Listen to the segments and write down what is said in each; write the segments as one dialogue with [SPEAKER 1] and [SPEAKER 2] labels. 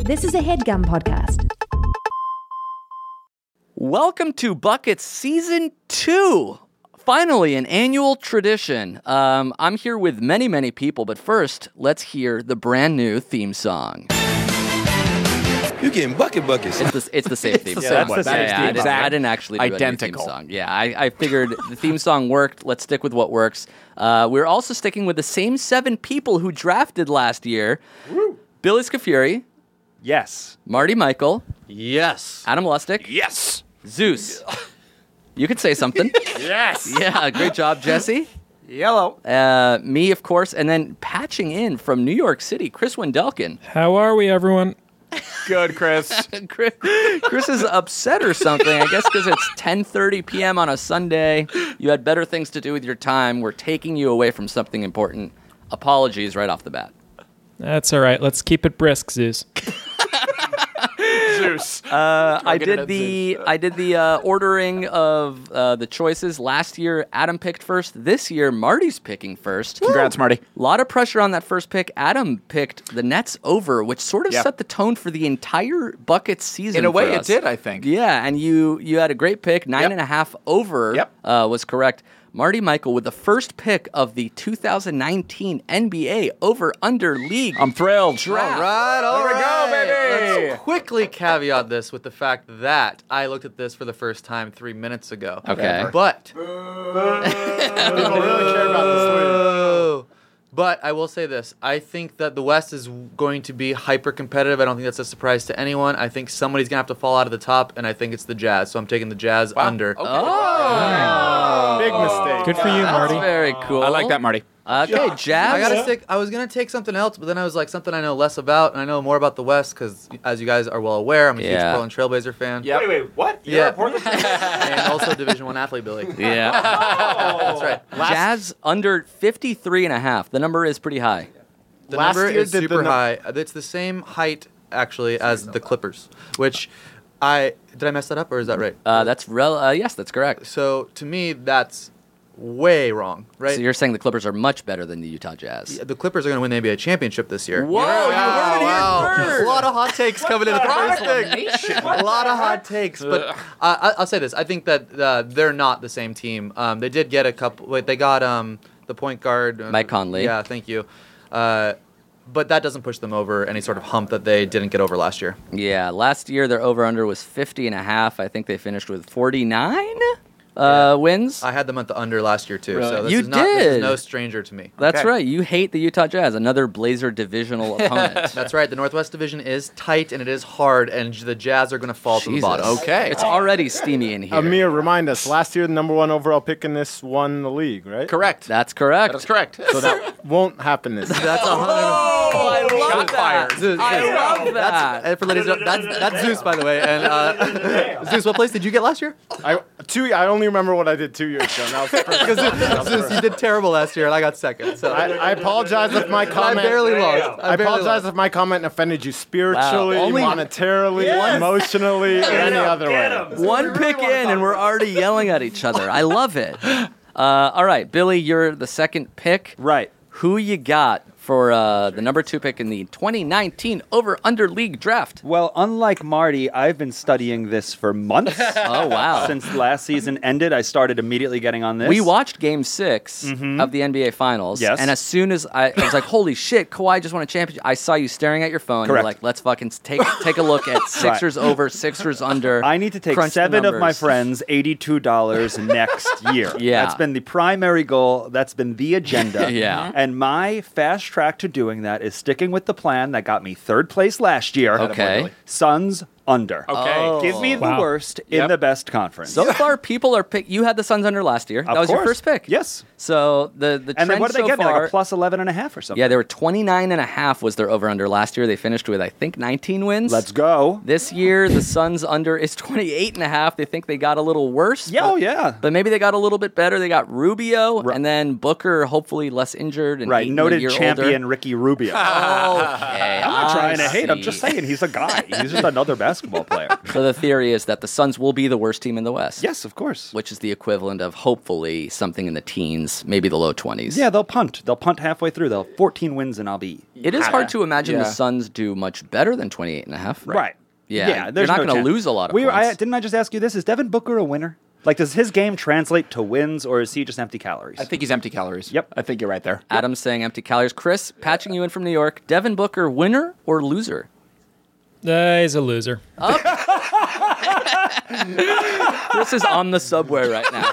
[SPEAKER 1] This is a headgum podcast.
[SPEAKER 2] Welcome to Buckets Season 2. Finally, an annual tradition. Um, I'm here with many, many people, but first, let's hear the brand new theme song.
[SPEAKER 3] You getting bucket buckets.
[SPEAKER 2] It's the, it's the same theme
[SPEAKER 4] the
[SPEAKER 2] song.
[SPEAKER 4] same one. That's the
[SPEAKER 2] Yeah,
[SPEAKER 4] same
[SPEAKER 2] yeah,
[SPEAKER 4] theme
[SPEAKER 2] I, didn't,
[SPEAKER 4] song.
[SPEAKER 2] I didn't actually do a new
[SPEAKER 4] Identical.
[SPEAKER 2] theme song. Yeah, I, I figured the theme song worked. Let's stick with what works. Uh, we're also sticking with the same seven people who drafted last year Billy Scafuri,
[SPEAKER 4] Yes.
[SPEAKER 2] Marty Michael,
[SPEAKER 5] Yes.
[SPEAKER 2] Adam Lustig,
[SPEAKER 4] Yes.
[SPEAKER 2] Zeus. You could say something.
[SPEAKER 4] Yes.
[SPEAKER 2] yeah, great job, Jesse.
[SPEAKER 4] Yellow.
[SPEAKER 2] Uh, me, of course, and then patching in from New York City, Chris Wendelkin.
[SPEAKER 6] How are we, everyone?
[SPEAKER 4] Good, Chris.
[SPEAKER 2] Chris, Chris is upset or something. I guess because it's 10:30 p.m. on a Sunday. You had better things to do with your time. We're taking you away from something important. Apologies right off the bat.
[SPEAKER 6] That's all right. Let's keep it brisk, Zeus.
[SPEAKER 4] Zeus.
[SPEAKER 2] I did the I did the uh, ordering of uh, the choices last year. Adam picked first. This year, Marty's picking first.
[SPEAKER 4] Congrats, Marty.
[SPEAKER 2] A lot of pressure on that first pick. Adam picked the Nets over, which sort of
[SPEAKER 4] Yeah.
[SPEAKER 2] set the tone for the entire bucket season.
[SPEAKER 4] In a way,
[SPEAKER 2] for
[SPEAKER 4] it
[SPEAKER 2] us.
[SPEAKER 4] did, I think.
[SPEAKER 2] Yeah, and you you had a great pick. Nine
[SPEAKER 4] Yep.
[SPEAKER 2] and a half over
[SPEAKER 4] Yep.
[SPEAKER 2] uh, was correct. Marty Michael with the first pick of the 2019 NBA over under league.
[SPEAKER 4] I'm thrilled.
[SPEAKER 2] Draft.
[SPEAKER 5] All right, all
[SPEAKER 4] There we go,
[SPEAKER 5] right.
[SPEAKER 4] baby.
[SPEAKER 5] Let's quickly caveat this with the fact that I looked at this for the first time three minutes ago.
[SPEAKER 2] Okay.
[SPEAKER 5] But
[SPEAKER 4] People really care about
[SPEAKER 5] Oh. But I will say this: I think that the West is going to be hyper competitive. I don't think that's a surprise to anyone. I think somebody's gonna have to fall out of the top, and I think it's the Jazz. So I'm taking the Jazz under.
[SPEAKER 4] Big mistake.
[SPEAKER 6] Good for you,
[SPEAKER 2] That's
[SPEAKER 6] Marty.
[SPEAKER 2] very cool.
[SPEAKER 4] I like that, Marty.
[SPEAKER 2] Okay, Jazz.
[SPEAKER 5] I gotta stick. I was gonna take something else, but then I was like, something I know less about, and I know more about the West because, as you guys are well aware, I'm a
[SPEAKER 2] Yeah.
[SPEAKER 5] huge Portland Trailblazer fan.
[SPEAKER 4] Wait, wait, what?
[SPEAKER 5] You're a Portland and also Division One athlete, Billy.
[SPEAKER 2] yeah.
[SPEAKER 5] That's right.
[SPEAKER 2] Jazz under 53 and a half. The number is pretty high.
[SPEAKER 5] The
[SPEAKER 4] Last
[SPEAKER 5] number
[SPEAKER 4] year
[SPEAKER 5] is
[SPEAKER 4] did the
[SPEAKER 5] super
[SPEAKER 4] nu-
[SPEAKER 5] high. Uh, It's the same height actually as the Clippers, which I did I mess that up or is that right?
[SPEAKER 2] Uh, that's rel. Uh, yes, that's correct.
[SPEAKER 5] so to me, that's way wrong, right?
[SPEAKER 2] So you're saying the Clippers are much better than the Utah Jazz.
[SPEAKER 5] the Clippers are going to win the NBA championship this year.
[SPEAKER 2] Whoa, you heard it here first.
[SPEAKER 5] A lot of hot takes coming in the first thing. A lot of hot takes, but uh, I, I'll say this: I think that uh, they're not the same team. Um, they did get a couple. Wait, they got um, the point guard, uh,
[SPEAKER 2] Mike Conley.
[SPEAKER 5] Yeah, thank you. Uh, but that doesn't push them over any sort of hump that they didn't get over last year.
[SPEAKER 2] Yeah, last year their over under was 50 and a half. I think they finished with 49 uh, wins.
[SPEAKER 5] I had them at the under last year too, so this
[SPEAKER 2] You
[SPEAKER 5] is not this
[SPEAKER 2] did.
[SPEAKER 5] is no stranger to me.
[SPEAKER 2] That's
[SPEAKER 4] Okay.
[SPEAKER 2] right. You hate the Utah Jazz, another Blazer divisional opponent.
[SPEAKER 5] That's right. The Northwest Division is tight and it is hard, and the Jazz are going to fall to the
[SPEAKER 2] Jesus.
[SPEAKER 5] bottom.
[SPEAKER 4] Okay.
[SPEAKER 2] It's already steamy in here.
[SPEAKER 7] Amir, remind us. Last year, the number one overall pick in this won the league, right?
[SPEAKER 4] Correct.
[SPEAKER 2] That's correct. Oh!
[SPEAKER 4] That's correct.
[SPEAKER 7] So that won't happen this year.
[SPEAKER 5] That's a hundred.
[SPEAKER 2] I love
[SPEAKER 4] Shot
[SPEAKER 2] that.
[SPEAKER 4] fired.
[SPEAKER 5] Zeus, Zeus.
[SPEAKER 2] I love that.
[SPEAKER 5] And eh, for ladies, and gentlemen, that's, that's Zeus, by the way. And uh, Zeus, what place did you get last year?
[SPEAKER 7] I two. I only remember what I did two years ago. Now it's
[SPEAKER 5] Because Zeus, Zeus, you did terrible last year, and I got second. So
[SPEAKER 7] I, I apologize if my
[SPEAKER 5] I
[SPEAKER 7] comment.
[SPEAKER 5] barely lost.
[SPEAKER 7] I,
[SPEAKER 5] I, barely
[SPEAKER 7] apologize
[SPEAKER 5] Lost.
[SPEAKER 7] if my comment offended you spiritually,
[SPEAKER 2] Wow. Only-
[SPEAKER 7] monetarily, emotionally, or any other way.
[SPEAKER 2] One pick in, and we're already yelling at each other. I love it. Uh, all right, Billy, you're the second pick.
[SPEAKER 4] Right.
[SPEAKER 2] Who you got for uh, the number two pick in the 2019 over under league draft?
[SPEAKER 8] Well, unlike Marty, I've been studying this for months.
[SPEAKER 2] Oh, wow.
[SPEAKER 8] Since last season ended, I started immediately getting on this. Mm-hmm.
[SPEAKER 2] we watched game 6 of the NBA Finals.
[SPEAKER 8] Yes.
[SPEAKER 2] And as soon as I, I was like, holy shit, Kawhi just won a championship, I saw you staring at your phone. You're
[SPEAKER 8] Correct.
[SPEAKER 2] like, let's fucking take, take a look at Sixers over, Sixers under.
[SPEAKER 8] I need to take
[SPEAKER 2] crunch the
[SPEAKER 8] seven of my
[SPEAKER 2] numbers.
[SPEAKER 8] friends $82 next year.
[SPEAKER 2] Yeah.
[SPEAKER 8] That's been the primary goal. That's been the agenda.
[SPEAKER 2] Yeah.
[SPEAKER 8] And my fast track to doing that is sticking with the plan that got me third place last year.
[SPEAKER 2] Okay. Oh.
[SPEAKER 8] Suns under.
[SPEAKER 4] Okay.
[SPEAKER 8] Give me the
[SPEAKER 6] Wow.
[SPEAKER 8] worst in
[SPEAKER 4] Yep.
[SPEAKER 8] the best conference.
[SPEAKER 2] So far, people are pick. You had the Suns under last year. that was your
[SPEAKER 8] course.
[SPEAKER 2] first pick.
[SPEAKER 8] Yes.
[SPEAKER 2] So the the
[SPEAKER 8] and
[SPEAKER 2] trend
[SPEAKER 8] then what did
[SPEAKER 2] so
[SPEAKER 8] they get?
[SPEAKER 2] far,
[SPEAKER 8] Like a plus 11 and a half or something.
[SPEAKER 2] Yeah, they were 29 and a half was their over under last year. They finished with I think 19 wins.
[SPEAKER 8] Let's go.
[SPEAKER 2] This year the Suns under is 28 and a half. They think they got a little worse.
[SPEAKER 8] Yeah,
[SPEAKER 2] but-
[SPEAKER 8] oh, yeah.
[SPEAKER 2] But maybe they got a little bit better. They got Rubio and then Booker hopefully less injured and
[SPEAKER 8] Right.
[SPEAKER 2] Ayton a
[SPEAKER 8] Noted
[SPEAKER 2] year
[SPEAKER 8] champion
[SPEAKER 2] older.
[SPEAKER 8] Ricky Rubio.
[SPEAKER 2] Okay, ah.
[SPEAKER 8] I'm not trying
[SPEAKER 2] I
[SPEAKER 8] to hate. I'm
[SPEAKER 2] see.
[SPEAKER 8] just saying he's a guy. He's just another basketball player.
[SPEAKER 2] So the theory is that the Suns will be the worst team in the West.
[SPEAKER 8] yes, of course.
[SPEAKER 2] Which is the equivalent of hopefully something in the teens, maybe the low 20s.
[SPEAKER 8] Yeah, they'll punt. They'll punt halfway through. They'll 14 wins and I'll be
[SPEAKER 2] It is hard to imagine the
[SPEAKER 4] Yeah.
[SPEAKER 2] Suns do much better than 28 and a half.
[SPEAKER 8] right.
[SPEAKER 2] Yeah. They're
[SPEAKER 8] there's
[SPEAKER 2] not
[SPEAKER 8] no
[SPEAKER 2] going
[SPEAKER 8] chance.
[SPEAKER 2] to lose a lot of
[SPEAKER 8] we, were- I,
[SPEAKER 2] points.
[SPEAKER 8] didn't I just ask you this? Is Devin Booker a winner? Like, does his game translate to wins, or is he just empty calories?
[SPEAKER 4] I think he's empty calories.
[SPEAKER 8] Yep.
[SPEAKER 4] I think you're right there.
[SPEAKER 2] Adam's saying empty calories. Chris, patching you in from New York. Devin Booker, winner or loser?
[SPEAKER 6] Uh, he's a loser.
[SPEAKER 2] Chris is on the subway right now,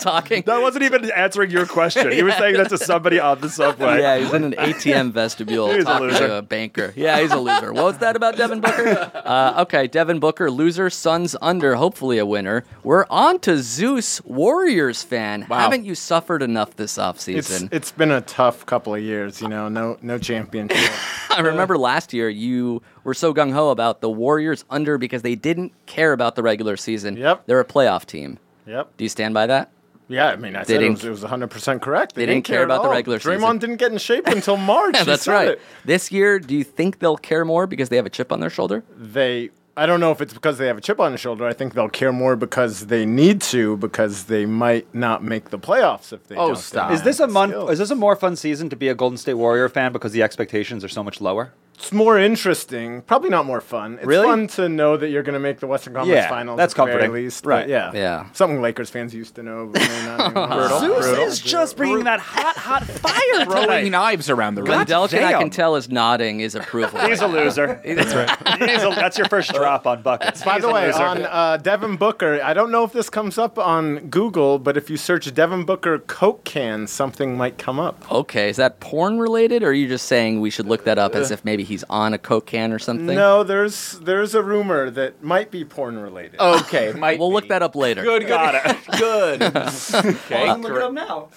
[SPEAKER 2] talking.
[SPEAKER 7] That wasn't even answering your question. You were saying that to somebody on the subway.
[SPEAKER 2] Yeah, he's in an ATM vestibule
[SPEAKER 7] He's a
[SPEAKER 2] talking
[SPEAKER 7] loser.
[SPEAKER 2] to a banker. Yeah, he's a loser. What was that about Devin Booker? Uh, okay, Devin Booker, loser, Suns under, hopefully a winner. We're on to Zeus, Warriors fan. Haven't you suffered enough this
[SPEAKER 7] It's
[SPEAKER 2] offseason?
[SPEAKER 7] it's been a tough couple of years, you know. No no championship.
[SPEAKER 2] I remember last year you were so gung ho about the Warriors under because they didn't care about the regular season.
[SPEAKER 7] Yep.
[SPEAKER 2] They're a playoff team.
[SPEAKER 7] yep.
[SPEAKER 2] Do you stand by that?
[SPEAKER 7] Yeah, I mean, I said it
[SPEAKER 2] didn't-
[SPEAKER 7] was, it was 100% correct. They,
[SPEAKER 2] didn't care
[SPEAKER 7] at
[SPEAKER 2] about the
[SPEAKER 7] all.
[SPEAKER 2] regular season.
[SPEAKER 7] Draymond didn't get in shape until March.
[SPEAKER 2] Yeah,
[SPEAKER 7] He
[SPEAKER 2] that's
[SPEAKER 7] said
[SPEAKER 2] right.
[SPEAKER 7] it.
[SPEAKER 2] This year, do you think they'll care more because they have a chip on their shoulder?
[SPEAKER 7] They, I don't know if it's because they have a chip on their shoulder. I think they'll care more because they need to, because they might not make the playoffs if they
[SPEAKER 4] Oh,
[SPEAKER 7] don't.
[SPEAKER 4] stop.
[SPEAKER 8] is this a
[SPEAKER 7] Still.
[SPEAKER 8] mon- Is this a more fun season to be a Golden State Warrior fan because the expectations are so much lower?
[SPEAKER 7] It's more interesting, probably not more fun. It's
[SPEAKER 8] Really?
[SPEAKER 7] fun to know that you're going to make the Western Conference
[SPEAKER 8] Yeah,
[SPEAKER 7] Finals.
[SPEAKER 8] that's
[SPEAKER 7] at the very
[SPEAKER 8] comforting.
[SPEAKER 7] least, but
[SPEAKER 8] Right.
[SPEAKER 7] Yeah.
[SPEAKER 2] Yeah.
[SPEAKER 7] Something Lakers fans used to know. But may not anymore. brutal.
[SPEAKER 8] Zeus
[SPEAKER 7] brutal.
[SPEAKER 8] is just bringing that hot, hot fire
[SPEAKER 4] Throwing
[SPEAKER 8] tonight.
[SPEAKER 4] knives around the room.
[SPEAKER 2] Mendelkin, I can
[SPEAKER 8] damn.
[SPEAKER 2] tell, is nodding his approval.
[SPEAKER 8] He's a loser. That's right. that's your first drop on buckets.
[SPEAKER 7] By
[SPEAKER 8] He's
[SPEAKER 7] the
[SPEAKER 8] a
[SPEAKER 7] way,
[SPEAKER 8] loser.
[SPEAKER 7] on uh, Devin Booker, I don't know if this comes up on Google, but if you search Devin Booker Coke can, something might come up.
[SPEAKER 2] Okay, is that porn related, or are you just saying we should look that up as if maybe he's on a coke can or something?
[SPEAKER 7] No, there's there's a rumor that might be porn related.
[SPEAKER 4] Okay, Mike.
[SPEAKER 2] We'll look that up later.
[SPEAKER 4] Good, got it. Good. okay.
[SPEAKER 8] now.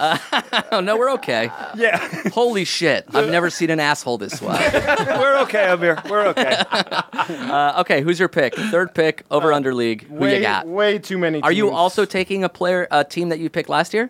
[SPEAKER 2] Oh, no, we're okay.
[SPEAKER 8] yeah,
[SPEAKER 2] Holy shit. I've never seen an asshole this wide.
[SPEAKER 8] we're okay, Amir. We're okay.
[SPEAKER 2] Uh, okay, who's your pick? Third pick, over under league. Who
[SPEAKER 7] way,
[SPEAKER 2] you got?
[SPEAKER 7] way too many.
[SPEAKER 2] Are you
[SPEAKER 7] teams.
[SPEAKER 2] also taking a player, a team that you picked last year?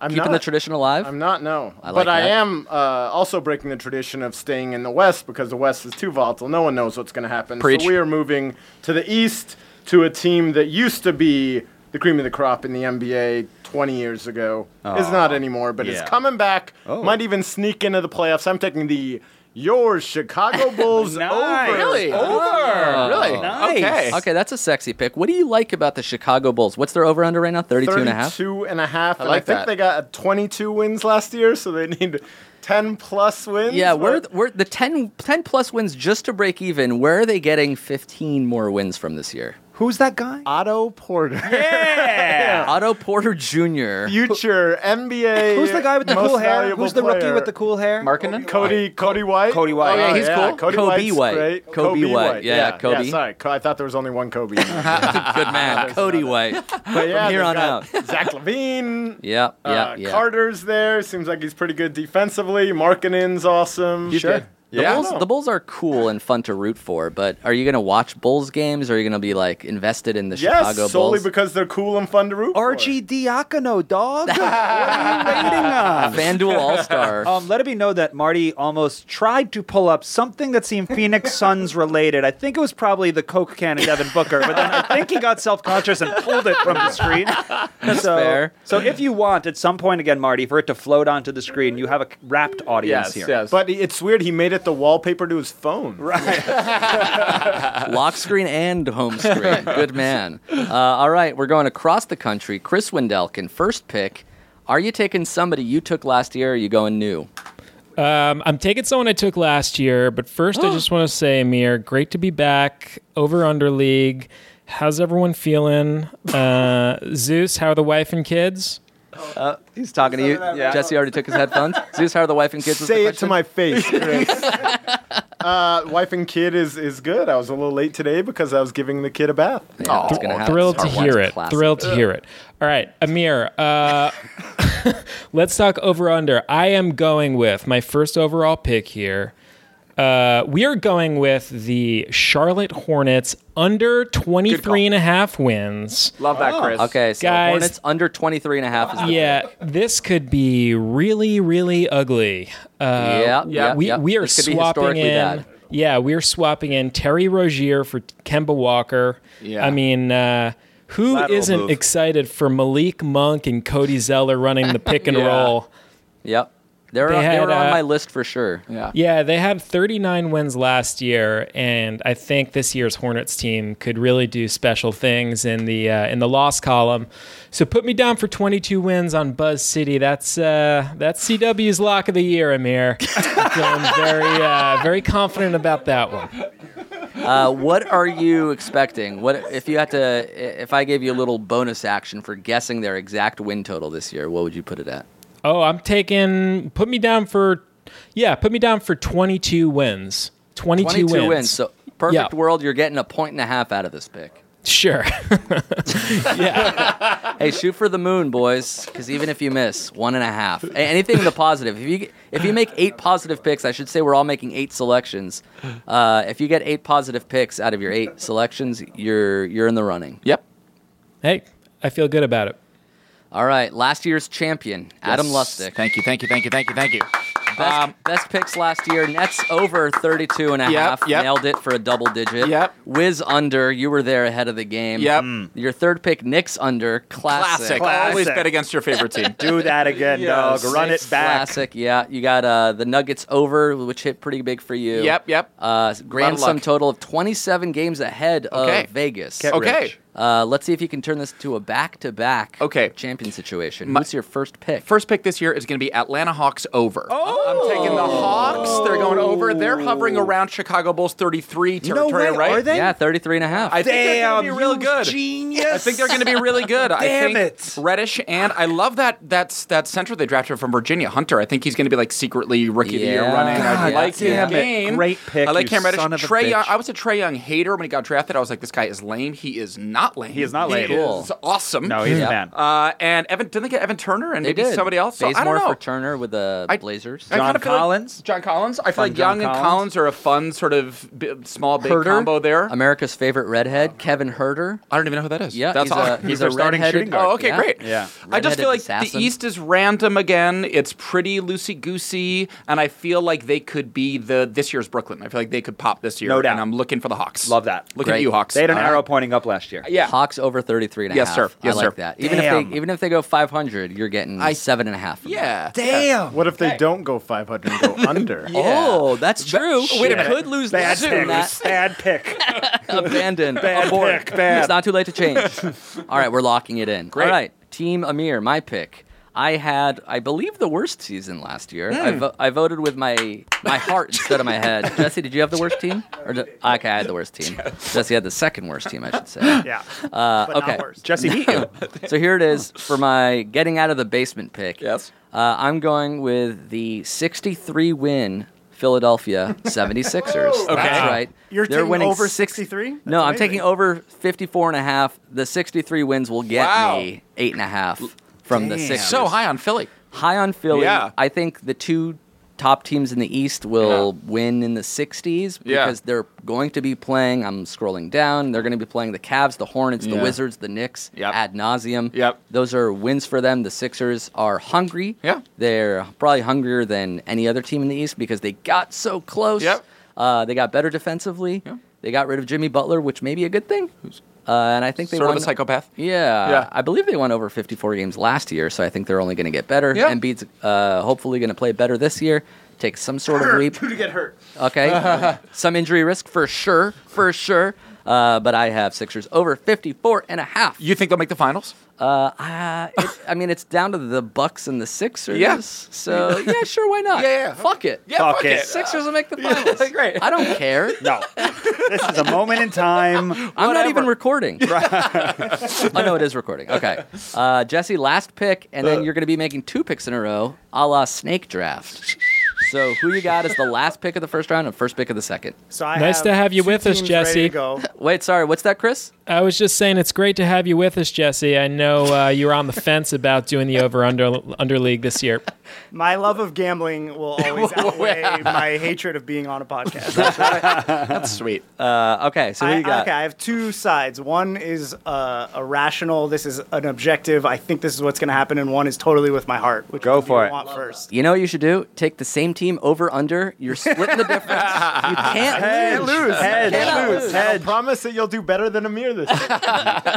[SPEAKER 7] I'm
[SPEAKER 2] Keeping
[SPEAKER 7] not,
[SPEAKER 2] the tradition alive?
[SPEAKER 7] I'm not. No,
[SPEAKER 2] I like
[SPEAKER 7] but I
[SPEAKER 2] that.
[SPEAKER 7] am uh, also breaking the tradition of staying in the West because the West is too volatile. No one knows what's going to happen.
[SPEAKER 2] Preach.
[SPEAKER 7] So we are moving to the East to a team that used to be the cream of the crop in the NBA 20 years ago. It's not anymore, but
[SPEAKER 8] yeah.
[SPEAKER 7] it's coming back.
[SPEAKER 2] Oh.
[SPEAKER 7] Might even sneak into the playoffs. I'm taking the your Chicago Bulls
[SPEAKER 8] Nice.
[SPEAKER 7] over.
[SPEAKER 8] Really?
[SPEAKER 7] Over.
[SPEAKER 2] Uh,
[SPEAKER 4] Really?
[SPEAKER 2] Oh,
[SPEAKER 8] Nice.
[SPEAKER 4] Okay.
[SPEAKER 2] Okay, that's a sexy pick. What do you like about the Chicago Bulls? What's their over under right now? 32 and a half?
[SPEAKER 7] 32 and a half.
[SPEAKER 4] I
[SPEAKER 7] and
[SPEAKER 4] like
[SPEAKER 7] I think
[SPEAKER 4] that.
[SPEAKER 7] they got 22 wins last year, so they need 10 plus wins.
[SPEAKER 2] Yeah, we're,
[SPEAKER 7] but-
[SPEAKER 2] we're the 10, 10 plus wins just to break even. Where are they getting 15 more wins from this year?
[SPEAKER 8] Who's that guy?
[SPEAKER 7] Otto Porter.
[SPEAKER 2] Otto Porter Jr.
[SPEAKER 7] Future NBA.
[SPEAKER 8] Who's the guy with the
[SPEAKER 7] most
[SPEAKER 8] cool hair?
[SPEAKER 7] valuable
[SPEAKER 8] Who's the rookie
[SPEAKER 7] player.
[SPEAKER 8] with the cool hair?
[SPEAKER 4] Markkinen?
[SPEAKER 7] Cody Cody White.
[SPEAKER 8] Cody White.
[SPEAKER 7] Oh,
[SPEAKER 8] Yeah,
[SPEAKER 2] he's cool.
[SPEAKER 7] Cody
[SPEAKER 2] Kobe
[SPEAKER 7] White's
[SPEAKER 2] White.
[SPEAKER 7] great.
[SPEAKER 2] Kobe White. Yeah, Kobe.
[SPEAKER 7] sorry, Co- I thought there was only one Kobe. but yeah,
[SPEAKER 2] Good man, Cody White.
[SPEAKER 7] From
[SPEAKER 2] here on out.
[SPEAKER 7] Zach Levine.
[SPEAKER 2] Yeah, yeah,
[SPEAKER 7] uh,
[SPEAKER 2] yeah.
[SPEAKER 7] Carter's there. Seems like he's pretty good defensively. Markkinen's awesome.
[SPEAKER 8] Sure.
[SPEAKER 2] The,
[SPEAKER 4] Yeah.
[SPEAKER 2] Bulls, the Bulls are cool and fun to root for, but are you going to watch Bulls games? Or are you going to be like invested in the
[SPEAKER 7] Yes,
[SPEAKER 2] Chicago
[SPEAKER 7] solely
[SPEAKER 2] Bulls?
[SPEAKER 7] because they're cool and fun to root for.
[SPEAKER 8] Archie Diacono, dog. what are you rating on?
[SPEAKER 2] FanDuel All Star.
[SPEAKER 8] Um, let it be known that Marty almost tried to pull up something that seemed Phoenix Suns related. I think it was probably the Coke can and Devin Booker, but then I think he got self conscious and pulled it from the screen. That's so,
[SPEAKER 2] fair.
[SPEAKER 8] So if you want, at some point again, Marty, for it to float onto the screen, you have a wrapped audience
[SPEAKER 4] Yes,
[SPEAKER 8] here.
[SPEAKER 4] yes.
[SPEAKER 7] But it's weird. He made it the wallpaper to his phone. Right.
[SPEAKER 2] Lock screen and home screen. Good man. Uh, all right, we're going across the country. Chris Wendelkin, first pick. Are you taking somebody you took last year or are you going new?
[SPEAKER 6] Um, I'm taking someone I took last year, but first I just want to say, Amir, great to be back. Over under league. How's everyone feeling? Uh, Zeus, how are the wife and kids?
[SPEAKER 2] He's talking to you. Jesse already took his headphones. Zeus, how are the wife and kids? was the
[SPEAKER 7] Say it to
[SPEAKER 2] question?
[SPEAKER 7] my face, Chris. uh, wife and kid is is good. I was a little late today because I was giving the kid a bath.
[SPEAKER 2] Yeah, Oh, it's gonna happen.
[SPEAKER 6] Thrilled
[SPEAKER 2] Our
[SPEAKER 6] to
[SPEAKER 2] wife's
[SPEAKER 6] hear it.
[SPEAKER 2] classic.
[SPEAKER 6] Thrilled to hear it. All right, Amir. Uh, let's talk over under. I am going with my first overall pick here. Uh, we are going with the Charlotte Hornets under 23 and a half wins.
[SPEAKER 4] Love that, Chris.
[SPEAKER 2] Okay, so
[SPEAKER 6] Oh. Guys.
[SPEAKER 2] Hornets under 23 and a half is the
[SPEAKER 6] Yeah, this could be really, really ugly. Uh,
[SPEAKER 2] Yeah, yeah,
[SPEAKER 6] we,
[SPEAKER 2] yeah.
[SPEAKER 6] we are
[SPEAKER 2] This could be
[SPEAKER 6] swapping
[SPEAKER 2] historically
[SPEAKER 6] in
[SPEAKER 2] bad.
[SPEAKER 6] Yeah, we're swapping in Terry Rozier for Kemba Walker.
[SPEAKER 2] Yeah.
[SPEAKER 6] I mean, uh, who
[SPEAKER 8] Lateral
[SPEAKER 6] not
[SPEAKER 8] move.
[SPEAKER 6] excited for Malik Monk and Cody Zeller running the pick and
[SPEAKER 2] Yeah.
[SPEAKER 6] roll?
[SPEAKER 2] Yep. They're,
[SPEAKER 6] They
[SPEAKER 2] on, they
[SPEAKER 6] had,
[SPEAKER 2] were on
[SPEAKER 6] uh,
[SPEAKER 2] my list for sure.
[SPEAKER 4] Yeah.
[SPEAKER 6] Yeah, they had 39 wins last year, and I think this year's Hornets team could really do special things in the uh, in the loss column. So put me down for 22 wins on Buzz City. That's uh, that's CW's lock of the year, Amir. I'm feeling very uh, very confident about that one.
[SPEAKER 2] Uh, what are you expecting? What if you had to? If I gave you a little bonus action for guessing their exact win total this year, what would you put it at?
[SPEAKER 6] Oh, I'm taking. Put me down for. Yeah, put me down for 22 wins. 22,
[SPEAKER 2] Twenty-two
[SPEAKER 6] wins.
[SPEAKER 2] wins. So perfect
[SPEAKER 6] Yeah.
[SPEAKER 2] world, you're getting a point and a half out of this pick.
[SPEAKER 6] sure.
[SPEAKER 2] Hey, shoot for the moon, boys. Because even if you miss one and a half, A- anything in the positive. If you if you make eight positive picks, I should say we're all making eight selections. Uh, if you get eight positive picks out of your eight selections, you're you're in the running.
[SPEAKER 4] Yep.
[SPEAKER 6] hey, I feel good about it.
[SPEAKER 2] All right, last year's champion, Adam
[SPEAKER 4] Yes.
[SPEAKER 2] Lustick.
[SPEAKER 4] Thank you, thank you, thank you, thank you, thank you.
[SPEAKER 2] Best,
[SPEAKER 4] Um,
[SPEAKER 2] best picks last year. Nets over 32 and a
[SPEAKER 4] Yep,
[SPEAKER 2] half.
[SPEAKER 4] yep.
[SPEAKER 2] Nailed it for a double digit.
[SPEAKER 4] Yep.
[SPEAKER 2] Wiz under. You were there ahead of the game.
[SPEAKER 4] Yep. Mm.
[SPEAKER 2] Your third pick, Knicks under. Classic.
[SPEAKER 4] Classic. Always
[SPEAKER 8] Classic.
[SPEAKER 4] bet against your favorite team.
[SPEAKER 8] Do that again, dog. Run it back.
[SPEAKER 2] Classic. Yeah. You got uh, the Nuggets over, which hit pretty big for you.
[SPEAKER 4] Yep, yep.
[SPEAKER 2] Uh, grand
[SPEAKER 4] Lot of luck.
[SPEAKER 2] sum total of 27 games ahead
[SPEAKER 4] Okay.
[SPEAKER 2] of Vegas.
[SPEAKER 8] Get
[SPEAKER 4] Okay.
[SPEAKER 8] rich.
[SPEAKER 2] Uh, let's see if you can turn this to a back-to-back
[SPEAKER 4] Okay.
[SPEAKER 2] champion situation.
[SPEAKER 4] My-
[SPEAKER 2] What's your first pick?
[SPEAKER 4] First pick this year is going to be Atlanta Hawks over. Oh. I'm taking the Hawks. They're going over. They're hovering around Chicago Bulls 33
[SPEAKER 8] No
[SPEAKER 4] territory,
[SPEAKER 8] way.
[SPEAKER 4] right?
[SPEAKER 8] Are they?
[SPEAKER 2] yeah, 33 and a half.
[SPEAKER 4] I think they're
[SPEAKER 8] Damn,
[SPEAKER 4] going to be real
[SPEAKER 8] you
[SPEAKER 4] good.
[SPEAKER 8] Genius.
[SPEAKER 4] I think they're going to be really good. I
[SPEAKER 8] Damn
[SPEAKER 4] think
[SPEAKER 8] it.
[SPEAKER 4] Reddish and I love that that's that center they drafted from Virginia Hunter. I think he's going to be like secretly rookie of the year
[SPEAKER 2] Yeah.
[SPEAKER 4] running. I
[SPEAKER 2] God
[SPEAKER 4] like his
[SPEAKER 2] damn
[SPEAKER 8] it.
[SPEAKER 4] game.
[SPEAKER 8] Great pick,
[SPEAKER 4] I like
[SPEAKER 8] you
[SPEAKER 4] Cam Reddish.
[SPEAKER 8] son of a
[SPEAKER 4] Trey Young.
[SPEAKER 8] bitch.
[SPEAKER 4] I was a Trey Young hater when he got drafted. I was like, this guy is lame. He is not lame.
[SPEAKER 8] He is not lame.
[SPEAKER 4] He
[SPEAKER 2] Cool.
[SPEAKER 4] is awesome.
[SPEAKER 8] No, he's
[SPEAKER 2] Yeah.
[SPEAKER 8] a man.
[SPEAKER 4] Uh, and Evan didn't they get Evan Turner and
[SPEAKER 2] They
[SPEAKER 4] maybe
[SPEAKER 2] did.
[SPEAKER 4] somebody else? So I
[SPEAKER 2] Bazemore
[SPEAKER 4] don't know.
[SPEAKER 2] for Turner with the
[SPEAKER 4] I-
[SPEAKER 2] Blazers.
[SPEAKER 4] I
[SPEAKER 8] John
[SPEAKER 4] kinda feel like-
[SPEAKER 8] Collins?
[SPEAKER 4] John Collins. I feel like
[SPEAKER 8] John
[SPEAKER 4] Young and
[SPEAKER 8] Collins.
[SPEAKER 4] Collins are a fun sort of b- small big
[SPEAKER 2] Herder,
[SPEAKER 4] combo there.
[SPEAKER 2] America's favorite redhead, Kevin Herder.
[SPEAKER 4] I don't even know who that is.
[SPEAKER 2] Yeah,
[SPEAKER 4] that's
[SPEAKER 2] he's
[SPEAKER 4] all.
[SPEAKER 2] a he's a
[SPEAKER 8] their starting
[SPEAKER 2] redheaded-
[SPEAKER 8] shooting guard.
[SPEAKER 4] Oh, okay,
[SPEAKER 2] yeah.
[SPEAKER 4] great.
[SPEAKER 8] Yeah.
[SPEAKER 4] I just
[SPEAKER 2] Redheaded
[SPEAKER 4] feel like
[SPEAKER 2] assassin.
[SPEAKER 4] the East is random again. It's pretty loosey goosey, and I feel like they could be the this year's Brooklyn. I feel like they could pop this year.
[SPEAKER 8] No doubt.
[SPEAKER 4] And I'm looking for the Hawks.
[SPEAKER 8] Love that.
[SPEAKER 4] Looking
[SPEAKER 2] Great.
[SPEAKER 4] at you, Hawks. Uh,
[SPEAKER 8] They had an
[SPEAKER 4] All right.
[SPEAKER 8] arrow pointing up last year.
[SPEAKER 4] Yeah.
[SPEAKER 2] Hawks over 33 and a
[SPEAKER 4] Yes,
[SPEAKER 2] half.
[SPEAKER 4] sir. Yes,
[SPEAKER 2] I like
[SPEAKER 4] sir.
[SPEAKER 2] that. Even if
[SPEAKER 8] Damn.
[SPEAKER 2] they even if they go 500, you're getting seven and a half.
[SPEAKER 4] Yeah.
[SPEAKER 8] Damn.
[SPEAKER 7] What if they don't go 500 and go under?
[SPEAKER 2] Oh, that's true.
[SPEAKER 4] Wait a minute.
[SPEAKER 2] Could lose
[SPEAKER 8] Bad
[SPEAKER 2] that.
[SPEAKER 8] pick.
[SPEAKER 2] that.
[SPEAKER 8] Bad pick.
[SPEAKER 2] Abandon.
[SPEAKER 8] Bad
[SPEAKER 2] Abort.
[SPEAKER 8] pick, bad.
[SPEAKER 2] It's not too late to change. All right, we're locking it in.
[SPEAKER 4] Great.
[SPEAKER 2] All right, Team Amir, my pick. I had, I believe, the worst season last year. I, vo- I voted with my my heart instead of my head. Jesse, did you have the worst team? Or did, okay, I had the worst team. Jesse had the second worst team, I should say.
[SPEAKER 8] Yeah.
[SPEAKER 2] Uh, okay.
[SPEAKER 8] Jesse beat you.
[SPEAKER 2] So here it is for my getting out of the basement pick.
[SPEAKER 4] Yes.
[SPEAKER 2] Uh, I'm going with the 63 win Philadelphia 76ers. Okay. That's right.
[SPEAKER 9] You're
[SPEAKER 2] They're
[SPEAKER 9] taking
[SPEAKER 2] winning
[SPEAKER 9] over
[SPEAKER 2] six-
[SPEAKER 9] 63? That's
[SPEAKER 2] No, I'm
[SPEAKER 9] amazing.
[SPEAKER 2] taking over 54 and a half. The 63 wins will get
[SPEAKER 4] Wow.
[SPEAKER 2] me eight and a half from the Sixers.
[SPEAKER 4] So high on Philly.
[SPEAKER 2] High on Philly.
[SPEAKER 4] Yeah.
[SPEAKER 2] I think the two top teams in the East will win in the 60s because
[SPEAKER 4] Yeah.
[SPEAKER 2] they're going to be playing. I'm scrolling down. They're going to be playing the Cavs, the Hornets, the
[SPEAKER 4] Yeah.
[SPEAKER 2] Wizards, the Knicks
[SPEAKER 4] Yep.
[SPEAKER 2] ad nauseum.
[SPEAKER 4] Yep.
[SPEAKER 2] Those are wins for them. The Sixers are hungry.
[SPEAKER 4] Yeah.
[SPEAKER 2] They're probably hungrier than any other team in the East because they got so close.
[SPEAKER 4] Yep.
[SPEAKER 2] Uh, they got better defensively.
[SPEAKER 4] Yeah.
[SPEAKER 2] They got rid of Jimmy Butler, which may be a good thing. Uh, and I think they
[SPEAKER 4] Sort of
[SPEAKER 2] won.
[SPEAKER 4] a psychopath.
[SPEAKER 2] Yeah,
[SPEAKER 4] Yeah.
[SPEAKER 2] I believe they won over 54 games last year, so I think they're only going to get better.
[SPEAKER 4] Yeah.
[SPEAKER 2] Embiid's uh, hopefully going to play better this year. Take some sort of leap.
[SPEAKER 9] Who to get hurt?
[SPEAKER 2] Okay, some injury risk for sure, for sure. Uh, but I have Sixers over 54 and a half.
[SPEAKER 4] You think they'll make the finals?
[SPEAKER 2] Uh, I, it, I mean, it's down to the Bucks and the Sixers.
[SPEAKER 4] Yeah.
[SPEAKER 2] So yeah, sure, why not?
[SPEAKER 4] Yeah, yeah.
[SPEAKER 2] Fuck it.
[SPEAKER 4] Yeah,
[SPEAKER 8] Fuck it.
[SPEAKER 2] Sixers will make the finals.
[SPEAKER 4] Great.
[SPEAKER 2] I don't care.
[SPEAKER 8] No. This is a moment in time.
[SPEAKER 2] I'm not even recording. oh no, it is recording. Okay, uh, Jesse, last pick, and then you're going to be making two picks in a row, a la snake draft. So who you got is the last pick of the first round and first pick of the second.
[SPEAKER 9] So I
[SPEAKER 6] Nice
[SPEAKER 9] have
[SPEAKER 6] to have you
[SPEAKER 9] two
[SPEAKER 6] with us,
[SPEAKER 9] teams ready
[SPEAKER 6] Jesse.
[SPEAKER 9] to go.
[SPEAKER 2] Wait, sorry, what's that, Chris?
[SPEAKER 6] I was just saying it's great to have you with us, Jesse. I know uh, you were on the fence about doing the over under under league this year.
[SPEAKER 9] My love of gambling will always outweigh my hatred of being on a podcast.
[SPEAKER 4] That's sweet.
[SPEAKER 2] Uh, okay, so who
[SPEAKER 9] I,
[SPEAKER 2] you got?
[SPEAKER 9] okay, I have two sides. One is uh, a rational. This is an objective. I think this is what's going to happen, and one is totally with my heart. Which
[SPEAKER 8] Go
[SPEAKER 9] one do
[SPEAKER 8] for
[SPEAKER 9] you
[SPEAKER 8] it.
[SPEAKER 9] Want first?
[SPEAKER 2] You know what you should do? Take the same team over under. You're splitting the difference. You can't
[SPEAKER 7] Hedge,
[SPEAKER 2] lose.
[SPEAKER 7] lose. Hedge,
[SPEAKER 2] Cannot
[SPEAKER 7] lose.
[SPEAKER 2] lose.
[SPEAKER 7] I promise that you'll do better than Amir this year.